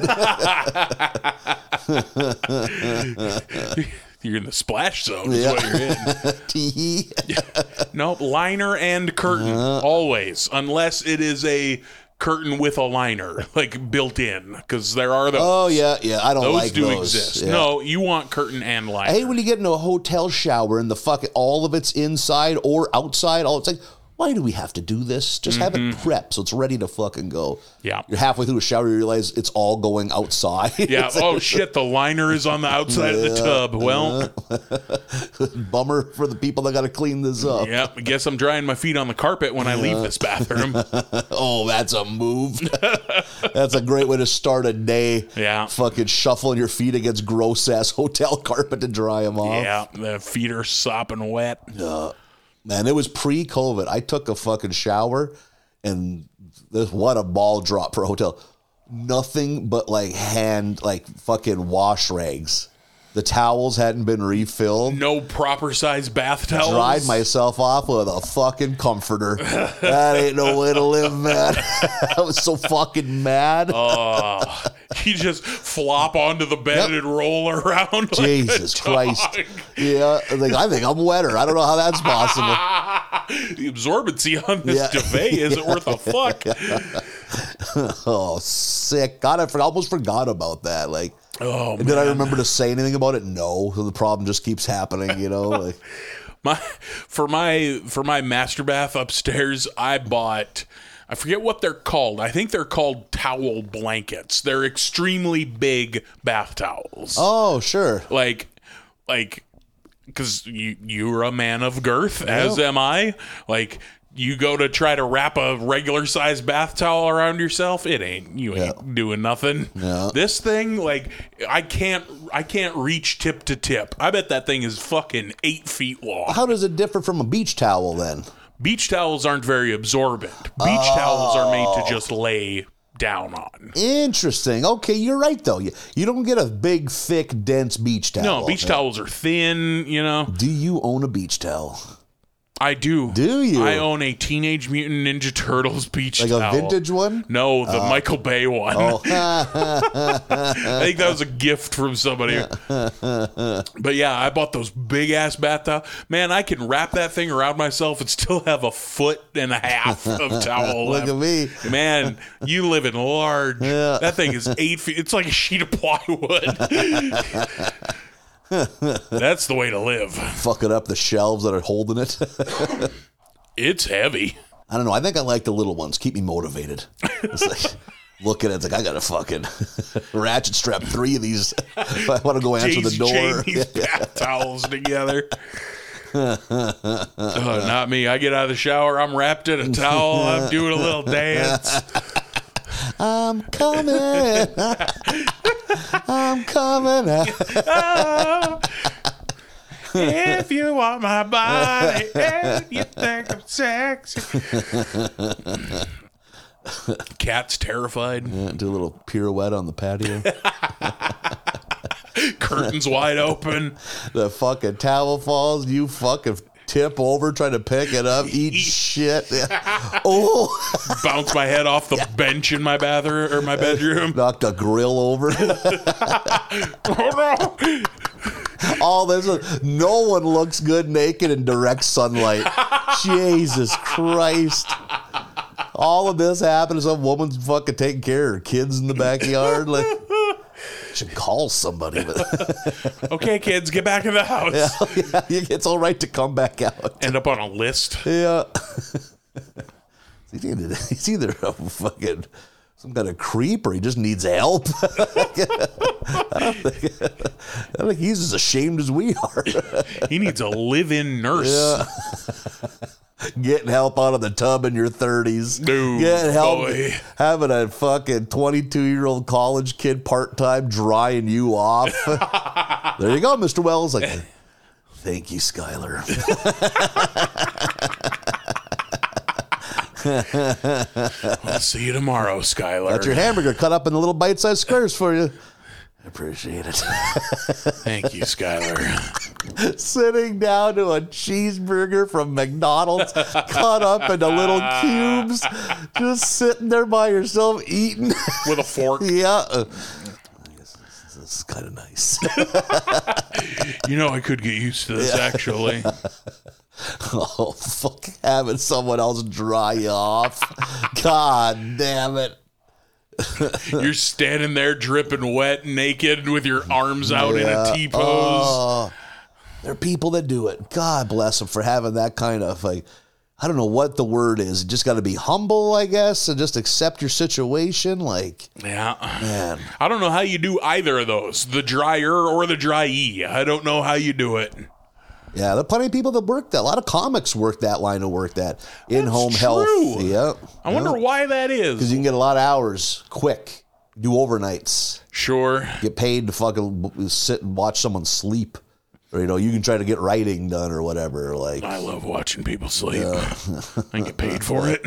You-
You're in the splash zone. is
Yeah.
what you're in.
Tee.
Nope, liner and curtain
Uh-huh.
always, unless it is a curtain with a liner, like built in, because there are those.
oh yeah, yeah. I don't
those
like
do
those.
exist.
Yeah.
No, you want curtain and liner.
I hate when you get into a hotel shower and the fuck all of it's inside or outside. All it's like, why do we have to do this? Just have it prepped so it's ready to fucking go.
Mm-hmm. Yeah.
you're halfway through a shower, you realize it's all going outside.
yeah.
It's like,
Oh shit! The liner is on the outside of the tub.
uh-huh.
Well,
bummer for the people that got to clean this up.
yeah. I guess I'm drying my feet on the carpet when I leave this bathroom.
Oh, that's a move. that's a great way to start a day.
Yeah.
fucking shuffling your feet against gross ass hotel carpet to dry them off.
yeah, the feet are sopping wet.
Man, it was pre COVID. I took a fucking shower and this what a ball drop for a hotel. Nothing but like hand like fucking wash rags. The towels hadn't been refilled.
No proper size bath towels.
Dried myself off with a fucking comforter. that ain't no way to live, man. I was so fucking mad.
Oh You just flop onto the bed and roll around. like a
Jesus Christ.
dog.
Yeah. Like I think I'm wetter. I don't know how that's possible.
the absorbency on this
Yeah.
duvet isn't worth a fuck.
Oh, sick. God, I for- almost forgot about that. Like,
Oh,
did I remember to say anything about it? No. So the problem just keeps happening, you know? Like,
My for my for my master bath upstairs, I bought I forget what they're called. I think they're called towel blankets. They're extremely big bath towels.
oh, sure.
Like like cuz you you're a man of girth as am I. Like you go to try to wrap a regular sized bath towel around yourself, it ain't you ain't doing nothing.
Yeah.
This thing, like I can't I can't reach tip to tip. I bet that thing is fucking eight feet long.
How does it differ from a beach towel then?
Beach towels aren't very absorbent. Beach towels are made to just lay down on.
Interesting. Okay, you're right, though. You, you don't get a big, thick, dense beach towel.
No, beach towels are thin, you know.
Do you own a beach towel?
I do.
Do you?
I own a Teenage Mutant Ninja Turtles beach
Like
towel.
a vintage Oh. one?
No, the Michael Bay one. I think that was a gift from somebody. but yeah, I bought those big ass bath towel. Man, I can wrap that thing around myself and still have a foot and a half of towel
Look
left.
at me.
Man, you live in large. That thing is eight feet. It's like a sheet of plywood. That's the way to live.
Fucking up the shelves that are holding it.
It's heavy.
I don't know. I think I like the little ones. Keep me motivated. It's like looking at it, it's like I gotta fucking ratchet strap three of these. if I want to go answer the
He's chained
door.
these bath towels together. Oh, not me. I get out of the shower. I'm wrapped in a towel. I'm doing a little dance.
I'm coming. I'm coming out.
Oh, if you want my body and you think I'm sexy. Cat's terrified.
Yeah, Do a little pirouette on the patio.
Curtains wide open.
the fucking towel falls. You fucking tip over trying to pick it up. Eat shit. oh,
Bounce my head off the bench in my bathroom or my bedroom.
knocked a grill over.
Oh no!
All this. No one looks good naked in direct sunlight. Jesus Christ. All of this happened. Some woman's fucking taking care of her kids in the backyard. Like, should call somebody. But
Okay, kids, get back in the house.
it's all right to come back out.
End up on a list.
Yeah. he's, either, he's either a fucking some kind of creep or he just needs help. I, don't think, I think he's as ashamed as we are.
He needs a live-in nurse.
Getting help out of the tub in your 30s.
No,
Getting help.
boy.
Having a fucking 22 year old college kid part time drying you off. there you go, Mr. Wells. Like, thank you, Skyler.
I'll see you tomorrow, Skylar.
Got your hamburger cut up into little bite sized squares for you. I appreciate it.
Thank you, Skylar.
sitting down to a cheeseburger from McDonald's, cut up into little cubes, just sitting there by yourself eating.
With a fork.
yeah. uh, I guess This this is kind of nice.
You know I could get used to this actually.
oh, fuck. Having someone else dry you off. God damn it.
You're standing there dripping wet, naked, with your arms out in a T pose.
Uh, Oh. There are people that do it. God bless them for having that kind of like. I don't know what the word is. You just got to be humble, I guess, and just accept your situation. Like,
yeah.
man,
I don't know how you do either of those, the dryer or the dryee. I don't know how you do it.
Yeah, there are plenty of people that work that. A lot of comics work that line of work that in home
true.
health. Yep.
I wonder why that
because
is.
you can get a lot of hours quick. Do overnights.
Sure.
Get paid to fucking w- sit and watch someone sleep. Or, you know, you can try to get writing done or whatever. Like,
I love watching people sleep. I get paid for it.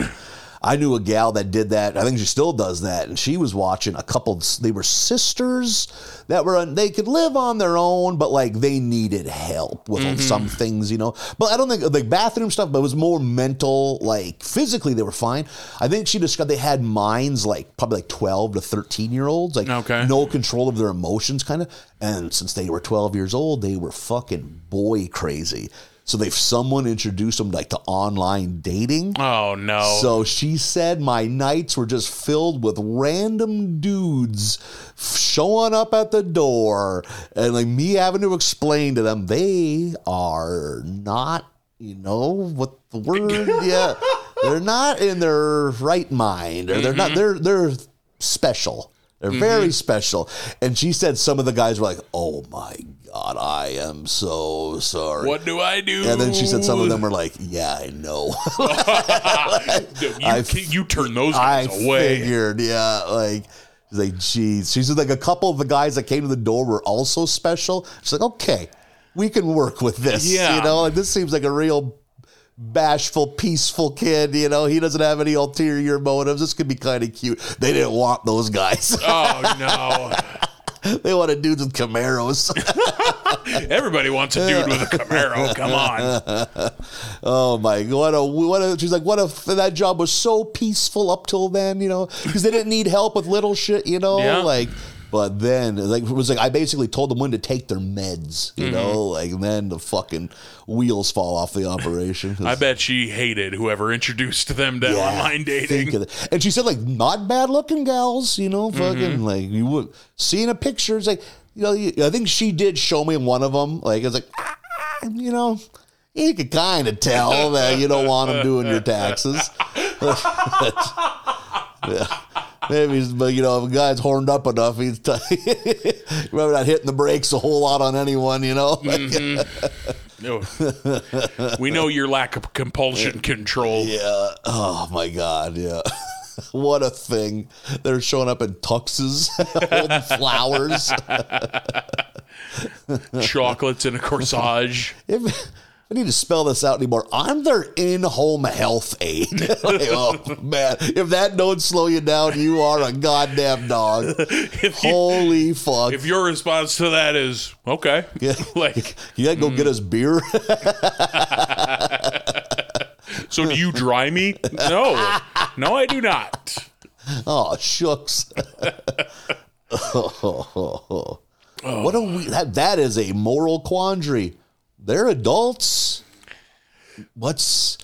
I knew a gal that did that. I think she still does that. And she was watching a couple. They were sisters that were they could live on their own, but like they needed help with some things, you know. But I don't think like bathroom stuff. But it was more mental. Like physically, they were fine. I think she described they had minds like probably like twelve to thirteen year olds. Like
Okay.
no control of their emotions, kind of. And since they were twelve years old, they were fucking boy crazy. So they've someone introduced them like to online dating.
Oh, no.
So she said my nights were just filled with random dudes showing up at the door and like me having to explain to them they are not, you know, what the word yeah. They're not in their right mind or they're not
Mm-hmm.
they're they're special. They're very special. And she said some of the guys were like, "Oh my god, I am so sorry."
what do I do?
And then she said some of them were like, "Yeah, I know."
You,
I
ki- you turn those
I
guys away.
figured, yeah. Like, she's like, geez. She's like, a couple of the guys that came to the door were also special. She's like, okay, we can work with this.
Yeah.
You know, like, this seems like a real bashful, peaceful kid. You know, he doesn't have any ulterior motives. This could be kind of cute. They didn't want those guys.
Oh, no.
they wanted dudes with Camaros.
Everybody wants a dude with a Camaro. Come on.
Oh my god! What a what a she's like. What if that job was so peaceful up till then? You know, because they didn't need help with little shit. You know,
Yeah.
like. But then, like, it was like I basically told them when to take their meds.
Mm-hmm.
You know, like and then the fucking wheels fall off the operation.
I bet she hated whoever introduced them to
Yeah,
online
think
dating. Mm-hmm.
of it. And she said, like, not bad looking gals, you know, fucking like you would seeing a picture. It's like, you know, you, I think she did show me one of them. Like, it's like, "Ah," you know, you could kind of tell that you don't want them doing your taxes. Yeah. Maybe, he's, but you know, if a guy's horned up enough, he's t- probably not hitting the brakes a whole lot on anyone, you know?
No. we know your lack of compulsion control.
Yeah. Oh my God. Yeah. what a thing. They're showing up in tuxes, holding flowers.
chocolates and a corsage.
If, I need to spell this out anymore. I'm their in-home health aide. Like, oh man, if that don't slow you down, you are a goddamn dog. Holy fuck!
If your response to that is okay, like
you gotta go get us beer.
so, do you dry me? No, no, I do not.
oh shucks. What a we- that that is a moral quandary. They're adults. What's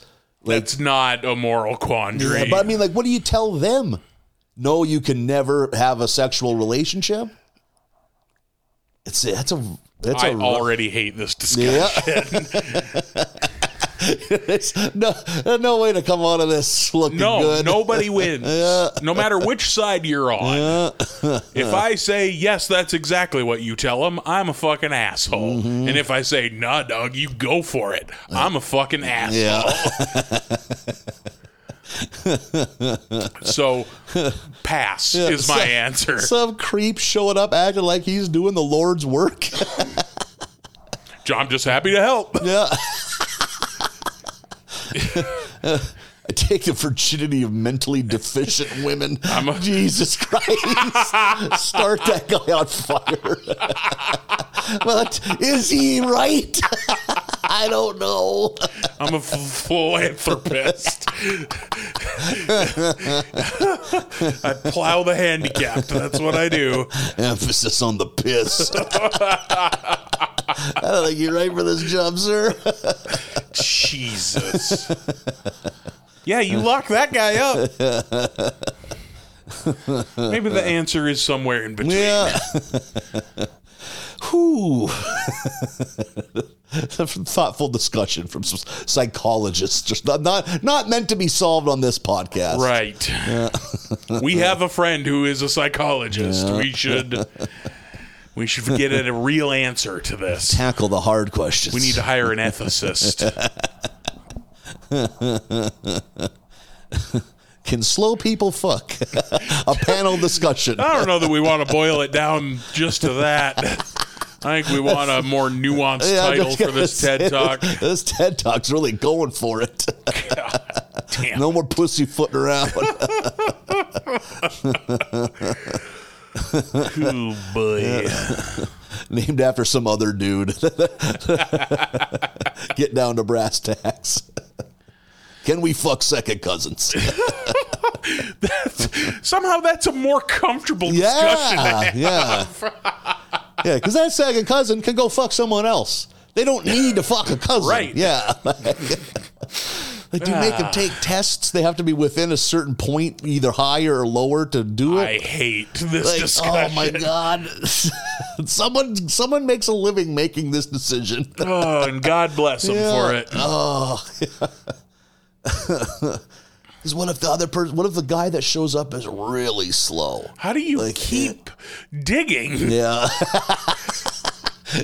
That's not a moral quandary.
but I mean, like, what do you tell them? No, you can never have a sexual relationship. It's that's a that's
I
a
already hate this discussion.
yeah. It's no, there's no way to come out of this looking
No,
good.
nobody wins. No matter which side you're on. if I say yes, that's exactly what you tell them, I'm a fucking asshole.
Mm-hmm.
And if I say nah, dog, you go for it, I'm a fucking asshole.
Yeah,
So pass is my answer.
some creep showing up acting like he's doing the Lord's work.
I'm just happy to help.
Yeah. I take the virginity of mentally deficient women.
a-
Jesus Christ. Start that guy on fire. but is he right? I don't know.
I'm a f- philanthropist. I plow the handicapped. That's what I do.
Emphasis on the piss. I don't think you're right for this job, sir.
Jesus. Yeah, you lock that guy up. Maybe the answer is somewhere in between.
Yeah. Whew. Thoughtful discussion from some psychologists. Just not, not not meant to be solved on this podcast.
Right. we have a friend who is a psychologist. We should we should get a real answer to this.
Tackle the hard questions.
We need to hire an ethicist.
Can slow people fuck? a panel discussion.
I don't know that we want to boil it down just to that. I think we want a more nuanced
Yeah, I'm
title
just
for
gonna
this
say,
TED Talk.
This TED Talk's really going for it.
Damn.
No more pussyfooting around.
Oh, boy.
Named after some other dude. Get down to brass tacks. Can we fuck second cousins?
Somehow that's a more comfortable discussion.
Yeah, yeah, yeah. Because that second cousin can go fuck someone else. They don't need to fuck a cousin,
Right. Ah.
Yeah. Like, do you make them take tests? They have to be within a certain point, either higher or lower, to do
I
it.
hate this
Like, oh
discussion.
my god! someone, someone makes a living making this decision.
Oh, and God bless him
Yeah.
for it.
Because what if the other person? What if the guy that shows up is really slow?
How do you keep digging?
Yeah.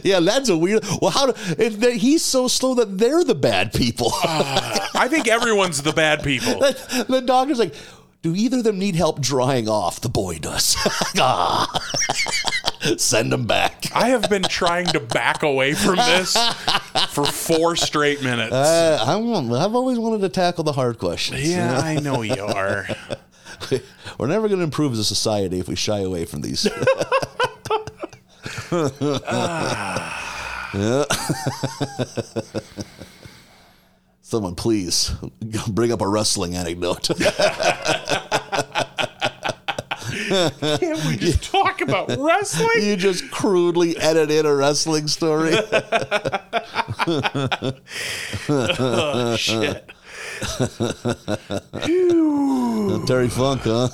yeah, that's a weird. Well, how do if they, he's so slow that they're the bad people?
Ah. I think everyone's the bad people.
the doctor's like, do either of them need help drying off? The boy does. Ah. Send him back.
I have been trying to back away from this for four straight minutes.
Uh, I want, I've always wanted to tackle the hard questions.
yeah, I know you are.
We're never going to improve as a society if we shy away from these. Yeah. Someone, please bring up a wrestling anecdote.
Can't we just talk about wrestling?
you just crudely edit in a wrestling story.
Oh, shit.
Terry Funk, huh?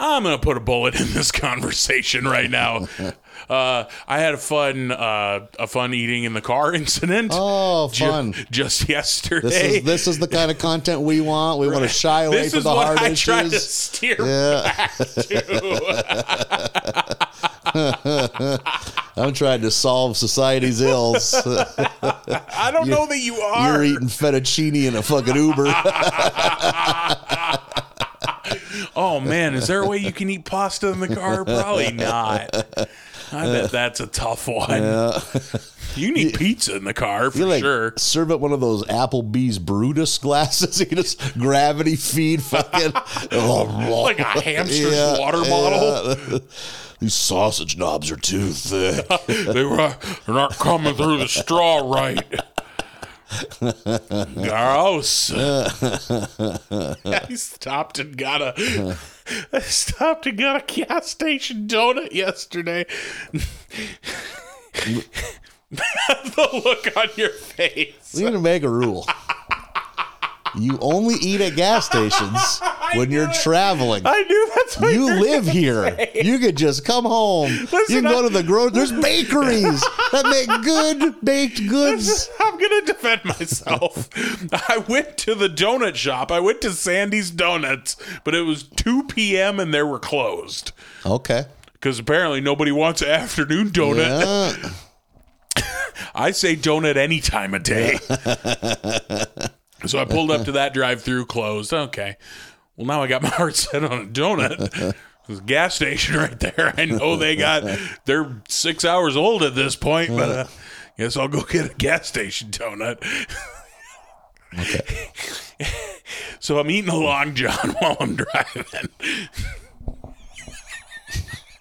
I'm going to put a bullet in this conversation right now. Uh, I had a fun uh, a fun eating in the car incident.
Oh,
ju-
fun.
just yesterday.
This is this is the kind of content we want. We want to shy away
This
from
is
the
what
hard
I
issues.
try to steer
yeah, I'm trying to solve society's ills.
I don't know that you
You're
are.
eating fettuccine in a fucking Uber.
Oh man, is there a way you can eat pasta in the car? Probably not. I bet that's a tough one. You need pizza in the car for
You like
sure.
serve up one of those Applebee's Brutus glasses. You just gravity feed fucking Oh,
Like
like
a hamster's water bottle.
These sausage knobs are too thick.
They were uh, they're not coming through the straw right. Gross. I stopped and got a I stopped and got a gas station donut yesterday. the look on your face.
We need to make a rule. You only eat at gas stations when you're traveling.
I knew that's what
you
were
live here. You could just come home. you can go
I-
to the grocery. There's bakeries that make good baked goods.
I'm gonna defend myself. I went to the donut shop. I went to Sandy's Donuts, but it was 2 p.m. and they were closed
Okay.
because apparently nobody wants an afternoon donut.
Yeah.
I say donut any time of day. so I pulled up to that drive-through, closed. Okay. Well, now I got my heart set on a donut. There's a gas station right there. I know they got they're six hours old at this point, but uh, guess I'll go get a gas station donut. so I'm eating a long john while I'm driving.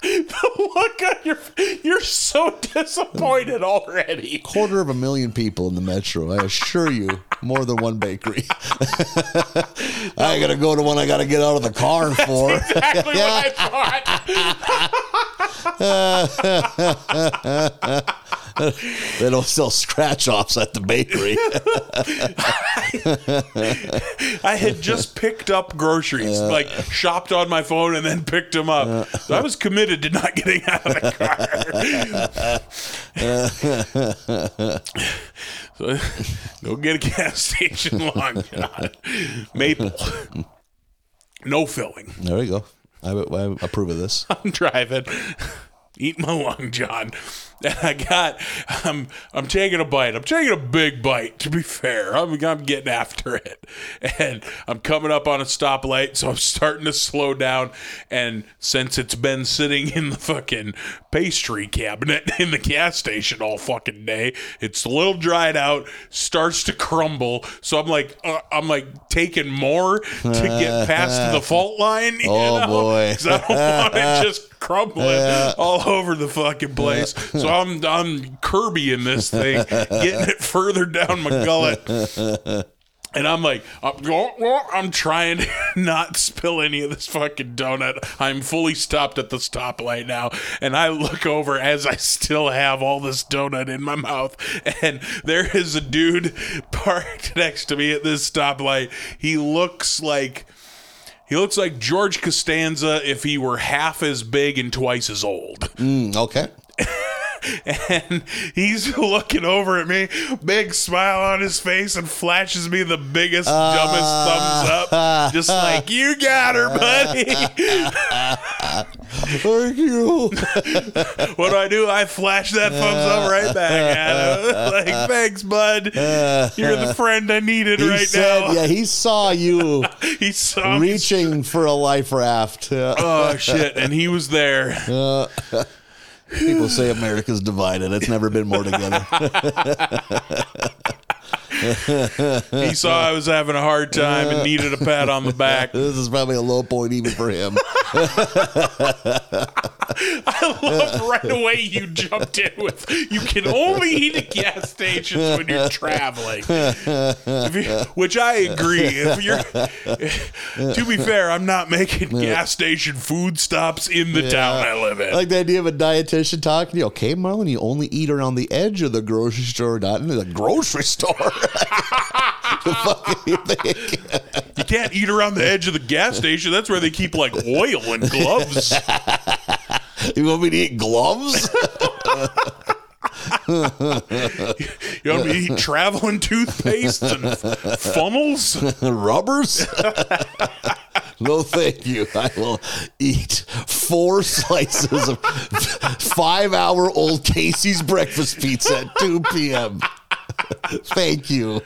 the look on your you're so disappointed already.
quarter of a million people in the metro. I assure you, more than one bakery. I gotta go to one. I gotta get out of the car for.
exactly what I thought.
They don't sell scratch offs at the bakery.
I had just picked up groceries, like shopped on my phone and then picked them up. so I was committed to not getting out of the car. so go get a gas station long john, maple, no filling.
There we go. I, I approve of this.
I'm driving, eating my long john, and I got I'm I'm taking a bite. I'm taking a big bite. To be fair, I'm I'm getting after it, and I'm coming up on a stoplight, so I'm starting to slow down. And since it's been sitting in the fucking pastry cabinet in the gas station all fucking day, it's a little dried out, starts to crumble. So I'm like uh, I'm like taking more to get past the fault line. you
Oh,
know?
boy.
'Cause I don't want it just crumbling all over the fucking place. So I'm I'm Kirby in this thing, getting it further down my gullet. And I'm like, I'm, go- go- I'm trying to not spill any of this fucking donut. I'm fully stopped at the stoplight now. And I look over as I still have all this donut in my mouth. And there is a dude parked next to me at this stoplight. He looks like. He looks like George Costanza if he were half as big and twice as old.
Mm, okay.
And he's looking over at me, big smile on his face, and flashes me the biggest, dumbest thumbs
Ah.
up. Just like, you got her, buddy.
Thank you.
what do I do? I flash that thumbs
Ah.
up right back at him. like, thanks, bud. You're the friend I needed
Ah. He
right
said,
now.
yeah, he saw you
He saw me
reaching for a life raft. Yeah.
Oh, shit. And he was there.
People say America's divided. It's never been more together.
He saw I was having a hard time and needed a pat on the back.
This is probably a low point even for him.
I love right away you jumped in with you can only eat at gas stations when you're traveling, If you- which I agree. If you're, to be fair, I'm not making gas station food stops in the town I live in.
I like the idea of a dietitian talking to you. Okay, Marlon, you only eat around the edge of the grocery store, not in the grocery store. the fuck do you think?
you can't eat around the edge of the gas station. That's where they keep like oil and gloves.
You want me to eat gloves?
You know what I mean? Traveling toothpaste and funnels.
Rubbers? no, thank you. I will eat four slices of five hour old Casey's breakfast pizza at 2 p.m. Thank you.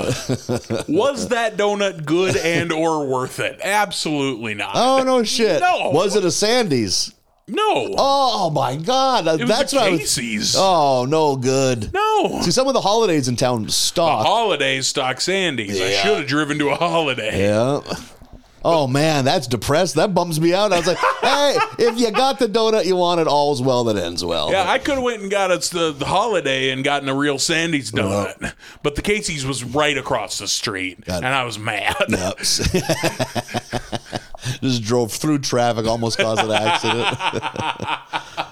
Was that donut good and or worth it? Absolutely not.
Oh no shit.
No.
Was it a Sandy's?
no.
Oh my god.
it was
That's
a
what I was
Casey's.
Oh no good.
no.
See some of the holidays in town stock.
Holidays stock Sandy's. I
Yeah.
should have driven to a holiday.
Yeah. Oh man, that's depressed. That bums me out. I was like, hey, if you got the donut you wanted, all's well that ends well.
Yeah, I could have went and got us the, the holiday and gotten a real Sandy's donut, but the Casey's was right across the street, and I was mad.
Just drove through traffic, almost caused an accident.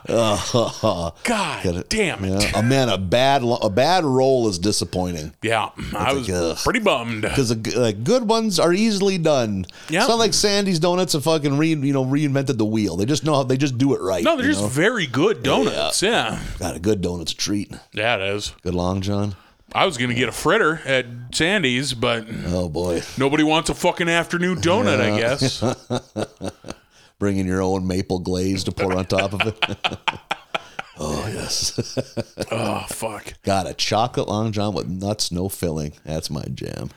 God damn it!
Yeah. Oh man, a bad lo- a bad roll is disappointing.
Yeah, I was
like, ugh.
pretty bummed.
Because like, good ones are easily done.
Yeah.
It's not like Sandy's Donuts have fucking re, you know reinvented the wheel. They just know how they just do it right.
No, they're
you
just
know?
very good donuts. Yeah.
God, a good donut's a treat.
yeah, it is.
Good long john.
I was gonna get a fritter at Sandy's, but
Oh boy,
nobody wants a fucking afternoon donut. I guess.
bringing your own maple glaze to pour on top of it. oh yes,
oh fuck!
got a chocolate long john with nuts, no filling. That's my jam.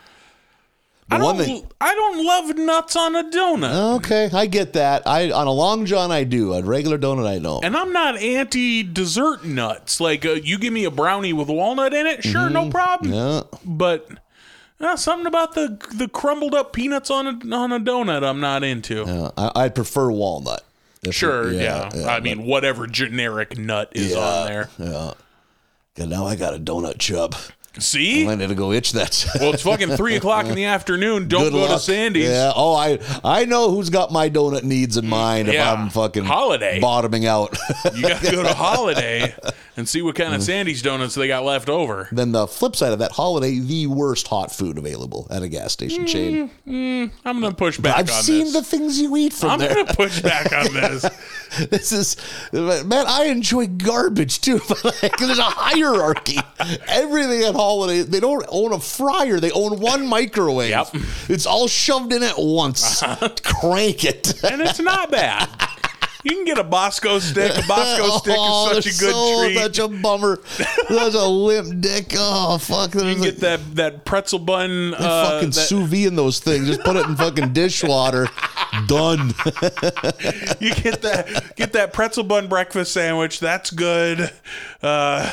I
The one
don't.
thing.
I don't love nuts on a donut.
Okay, I get that. I on a long john, I do. On regular donut, I don't.
And I'm not anti dessert nuts. Like uh, you give me a brownie with walnut in it, sure, no problem.
Mm-hmm. yeah.
But uh, something about the the crumbled up peanuts on a on a donut, I'm not into.
Uh, I, I'd prefer walnut. If it-
sure, yeah. I mean, whatever generic nut is on there.
God, now I got a donut chub.
See.
I need to go itch that.
Well, it's fucking three o'clock in the afternoon. Don't go to Sandy's. Mm,
Yeah. Oh, I I know who's got my donut needs in mind
yeah.
if I'm fucking
Holiday.
bottoming out.
You got to go to Holiday and see what
Mm.
kind of Sandy's donuts they got left over.
then the flip side of that holiday, the worst hot food available at a gas station chain.
I'm gonna push Mm. back.
I've
on
seen
this.
the things you eat from
I'm
there.
gonna push back on this.
This is man, I enjoy garbage too. But like, there's a hierarchy. Everything at holiday, they don't own a fryer; they own one microwave.
Yep. Uh-huh.
It's all shoved in at once. Crank it.
and it's not bad. You can get a Bosco stick. A Bosco stick
Oh,
is such a
they're
good
so-
treat.
Such a bummer. That's a limp dick. Oh fuck!
you can get that that pretzel bun. Uh,
fucking
that-
sous vide in those things. Just put it in fucking dishwater. Done.
you get that get that pretzel bun breakfast sandwich. That's good. Uh,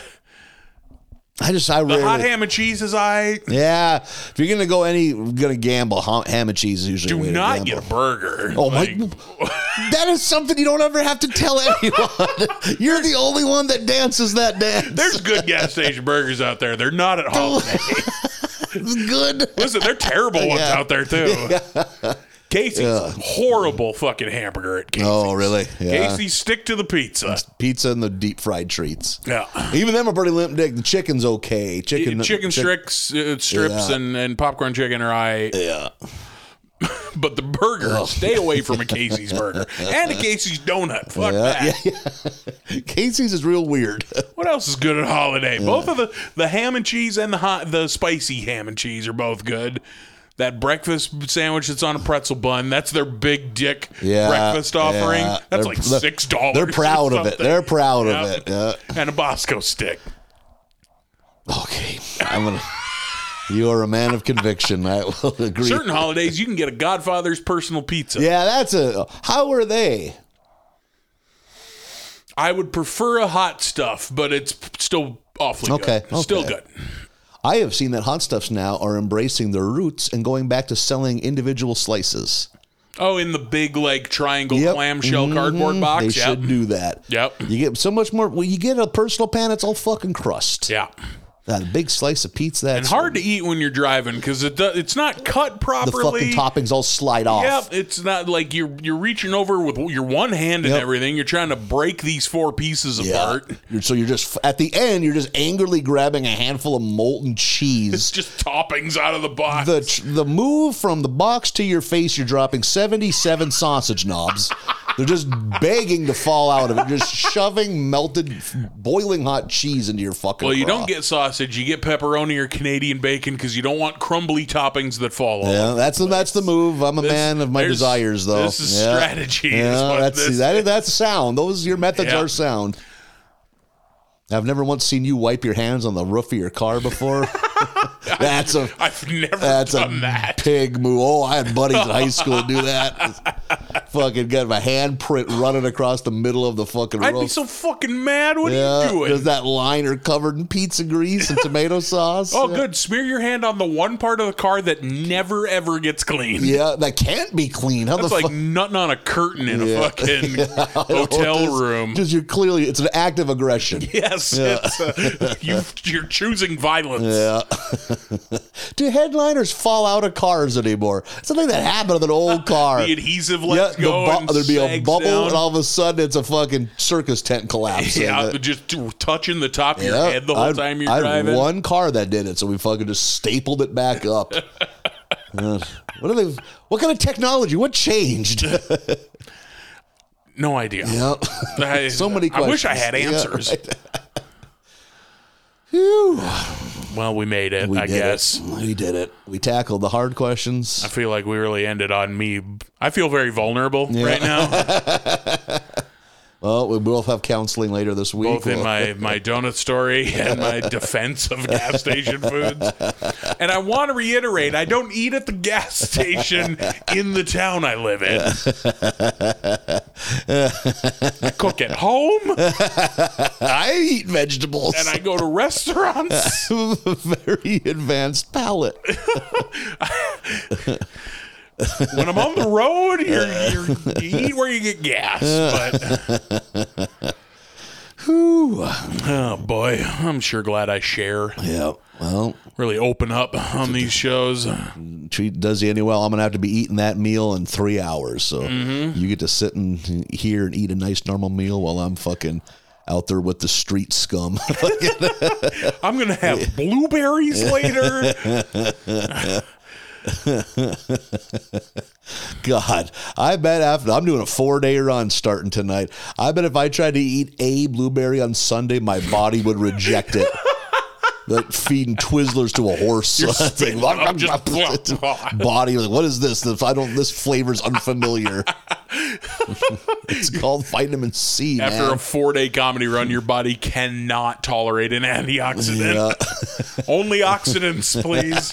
I just I
the hot
rarely.
ham and cheese is I.
Yeah, if you're gonna go any, gonna gamble. Ham, ham and cheese is usually. a
Do
way to
not
gamble.
get a burger.
Oh my! that is something you don't ever have to tell anyone. You're the only one that dances that dance.
There's good gas station burgers out there. They're not at holiday.
It's good.
Listen, they're terrible ones
Yeah.
out there too. Casey's horrible fucking hamburger at Casey's.
Oh, really? Yeah.
Casey's stick to the pizza.
Pizza and the deep fried treats.
Yeah.
Even them are pretty limp dick. The chicken's okay. Chicken.
chicken,
chick-
strips, uh, strips
Yeah.
and, and popcorn chicken are I.
Yeah. Oh.
But the burger, stay away from a Casey's burger and a Casey's donut. Fuck that.
Yeah, yeah, yeah. Casey's is real weird.
What else is good at holiday? Both of the the ham and cheese and the hot the spicy ham and cheese are both good. That breakfast sandwich that's on a pretzel bun, that's their big dick
Yeah,
breakfast offering.
yeah.
That's
They're-
like
they're-
six dollars.
They're proud of it. They're proud of
Oh, Yeah.
it. Yeah.
and a Bosco stick.
Okay. I'm gonna. You are a man of conviction. I will agree.
Certain holidays you can get a Godfather's personal pizza.
Yeah, that's a. How are they?
I would prefer a hot stuff, but it's still awfully
Okay,
good. Still
okay.
good.
I have seen that hot stuffs now are embracing their roots and going back to selling individual slices.
Oh, in the big like triangle
Yep. Mm-hmm.
clamshell cardboard box.
They
Yep.
should do that.
Yep.
You get so much more. Well, you get a personal pan, it's all fucking crust.
Yeah.
That big slice of pizza. That's
And hard to eat when you're driving because it do- it's not cut
The
properly.
fucking toppings all slide off.
Yep, it's not like you're you're reaching over with your one hand and
Yep.
everything. You're trying to break these four pieces apart.
You're- So you're just at the end, you're just angrily grabbing a handful of molten
It's
cheese.
just toppings out of the box.
the tr- the move from the box to your face, you're dropping 77 sausage knobs. They're just begging to fall out of it. You're just shoving melted, f- boiling hot cheese into your fucking.
well, you
craw.
don't get sausage. You get pepperoni or Canadian bacon because you don't want crumbly toppings that fall off.
Yeah, that's the that's the move. I'm a man of my
there's-
desires, though.
this is
yeah.
strategy is
Yeah,
what
that's
this
that is, that's sound. Those your methods
Yeah.
are sound. I've never once seen you wipe your hands on the roof of your car before. that's a
I've never
that's a
done that.
pig move. Oh, I had buddies in high school do that. fucking got my handprint running across the middle of the fucking
I'd be
roof.
so fucking mad. What are
Yeah,
you doing?
Does that liner covered in pizza grease and tomato sauce?
oh,
Yeah.
good. Smear your hand on the one part of the car that never ever gets clean.
Yeah, that can't be clean. How
That's
the
like
fuck?
nutting on a curtain in a
Yeah.
fucking
Well,
hotel
this-
room.
Because you're clearly, it's an act of aggression.
yes, it's, uh, you, you're choosing violence.
Yeah. Do headliners fall out of cars anymore? Something that happened with an old car.
The adhesive lets
the
go.
bu-
and
there'd be a
sags
bubble,
down.
and all of a sudden, it's a fucking circus tent collapsing.
Yeah,
That-
just t- touching the top of your
Yeah,
head the whole
I had-
time you're
I had
driving.
one car that did it, so we fucking just stapled it back up. Uh, what are they? What kind of technology? What changed?
No idea.
Yep.
I,
So many
I wish I had
questions. Yeah,
answers.
Whew.
Well, we made it,
We
I
did
guess.
It. We did it. We tackled the hard questions.
I feel like we really ended on me. I feel very vulnerable right now,
Well, we both have counseling later this week.
both in
We'll-
my, my donut story and my defense of gas station foods. And I want to reiterate I don't eat at the gas station in the town I live in. I cook at home and
I eat vegetables.
I go to restaurants.
very advanced palate.
when I'm on the road, you're, you're, you eat where you get gas. But
Whew.
oh boy, I'm sure glad I share.
Yeah. Well,
Really open up on these shows.
treat does you any well. I'm gonna have to be eating that meal in three hours. So
Mm-hmm.
you get to sit in here and eat a nice normal meal while I'm fucking out there with the street scum.
I'm gonna have blueberries later.
God, I bet after I'm doing a four day run starting tonight. I bet if I tried to eat a blueberry on Sunday, my body would reject it. like feeding Twizzlers to a horse. It's like,
I'm just-
body, like, what is this? If I don't, this flavor's unfamiliar. it's called vitamin C.
After a
man.
four day comedy run, your body cannot tolerate an antioxidant.
Yeah.
Only oxidants, please.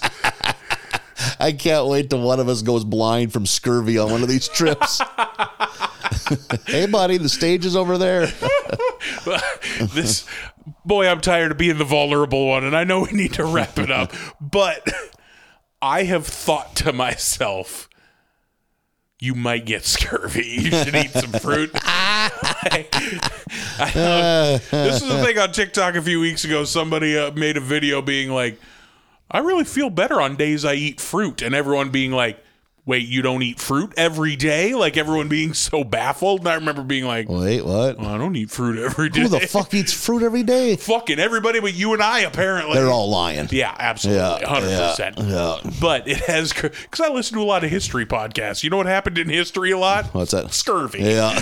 I can't wait till one of us goes blind from scurvy on one of these trips. hey, buddy, the stage is over there.
this boy, I'm tired of being the vulnerable one, and I know we need to wrap it up, but I have thought to myself, you might get scurvy. You should eat some fruit. I know. this is the thing on TikTok a few weeks ago. Somebody uh, made a video being like, I really feel better on days I eat fruit, and everyone being like, Wait, you don't eat fruit every day? Like everyone being so baffled. And I remember being like,
Wait, what?
I don't eat fruit every day
Who the fuck eats fruit every day?
fucking everybody but you and I apparently.
They're all lying.
yeah, absolutely,
Yeah,
hundred percent.
yeah.
But it has because I listen to a lot of history podcasts. You know what happened in history a lot?
What's that?
Scurvy.
Yeah,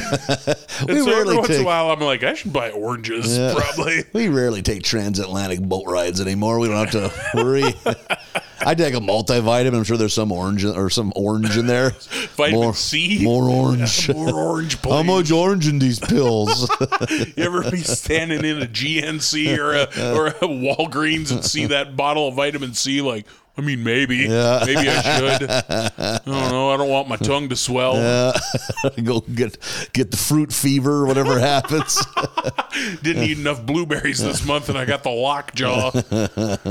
And
we
so every
rarely
once in a
take
while, I'm like, I should buy oranges. Probably.
we rarely take transatlantic boat rides anymore. We don't have to worry. I take a multivitamin. I'm sure there's some orange in- or some orange in there.
Vitamin
more,
C?
more orange.
More orange, please.
How much orange in these pills?
You ever be standing in a GNC or a, or a Walgreens and see that bottle of vitamin C? Like, I mean, maybe, maybe I should. I don't know. I don't want my tongue to swell.
Go get get the fruit fever, or whatever happens.
Didn't eat enough blueberries this month and I got the lockjaw.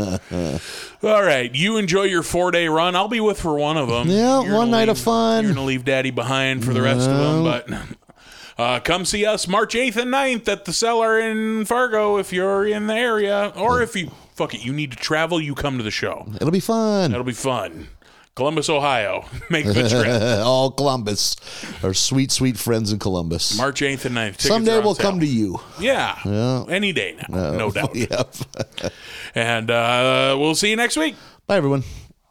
All right. You enjoy your four day run. I'll be with for one of them.
Yeah,
You're
one
gonna
night of
leave-
fun.
You're going to leave daddy behind for the rest of them. But uh, come see us March 8th and 9th at the cellar in Fargo if you're in the area. Or if you, fuck it, you need to travel, you come to the show.
It'll be fun.
That'll be fun. Columbus, Ohio. Make the trip.
All Columbus, our sweet sweet friends in Columbus.
March 8th and 9th. Tickets
Someday
are on
we'll
sale.
come to you.
Yeah. Any day now. no doubt.
Yep.
And uh, we'll see you next week.
Bye everyone.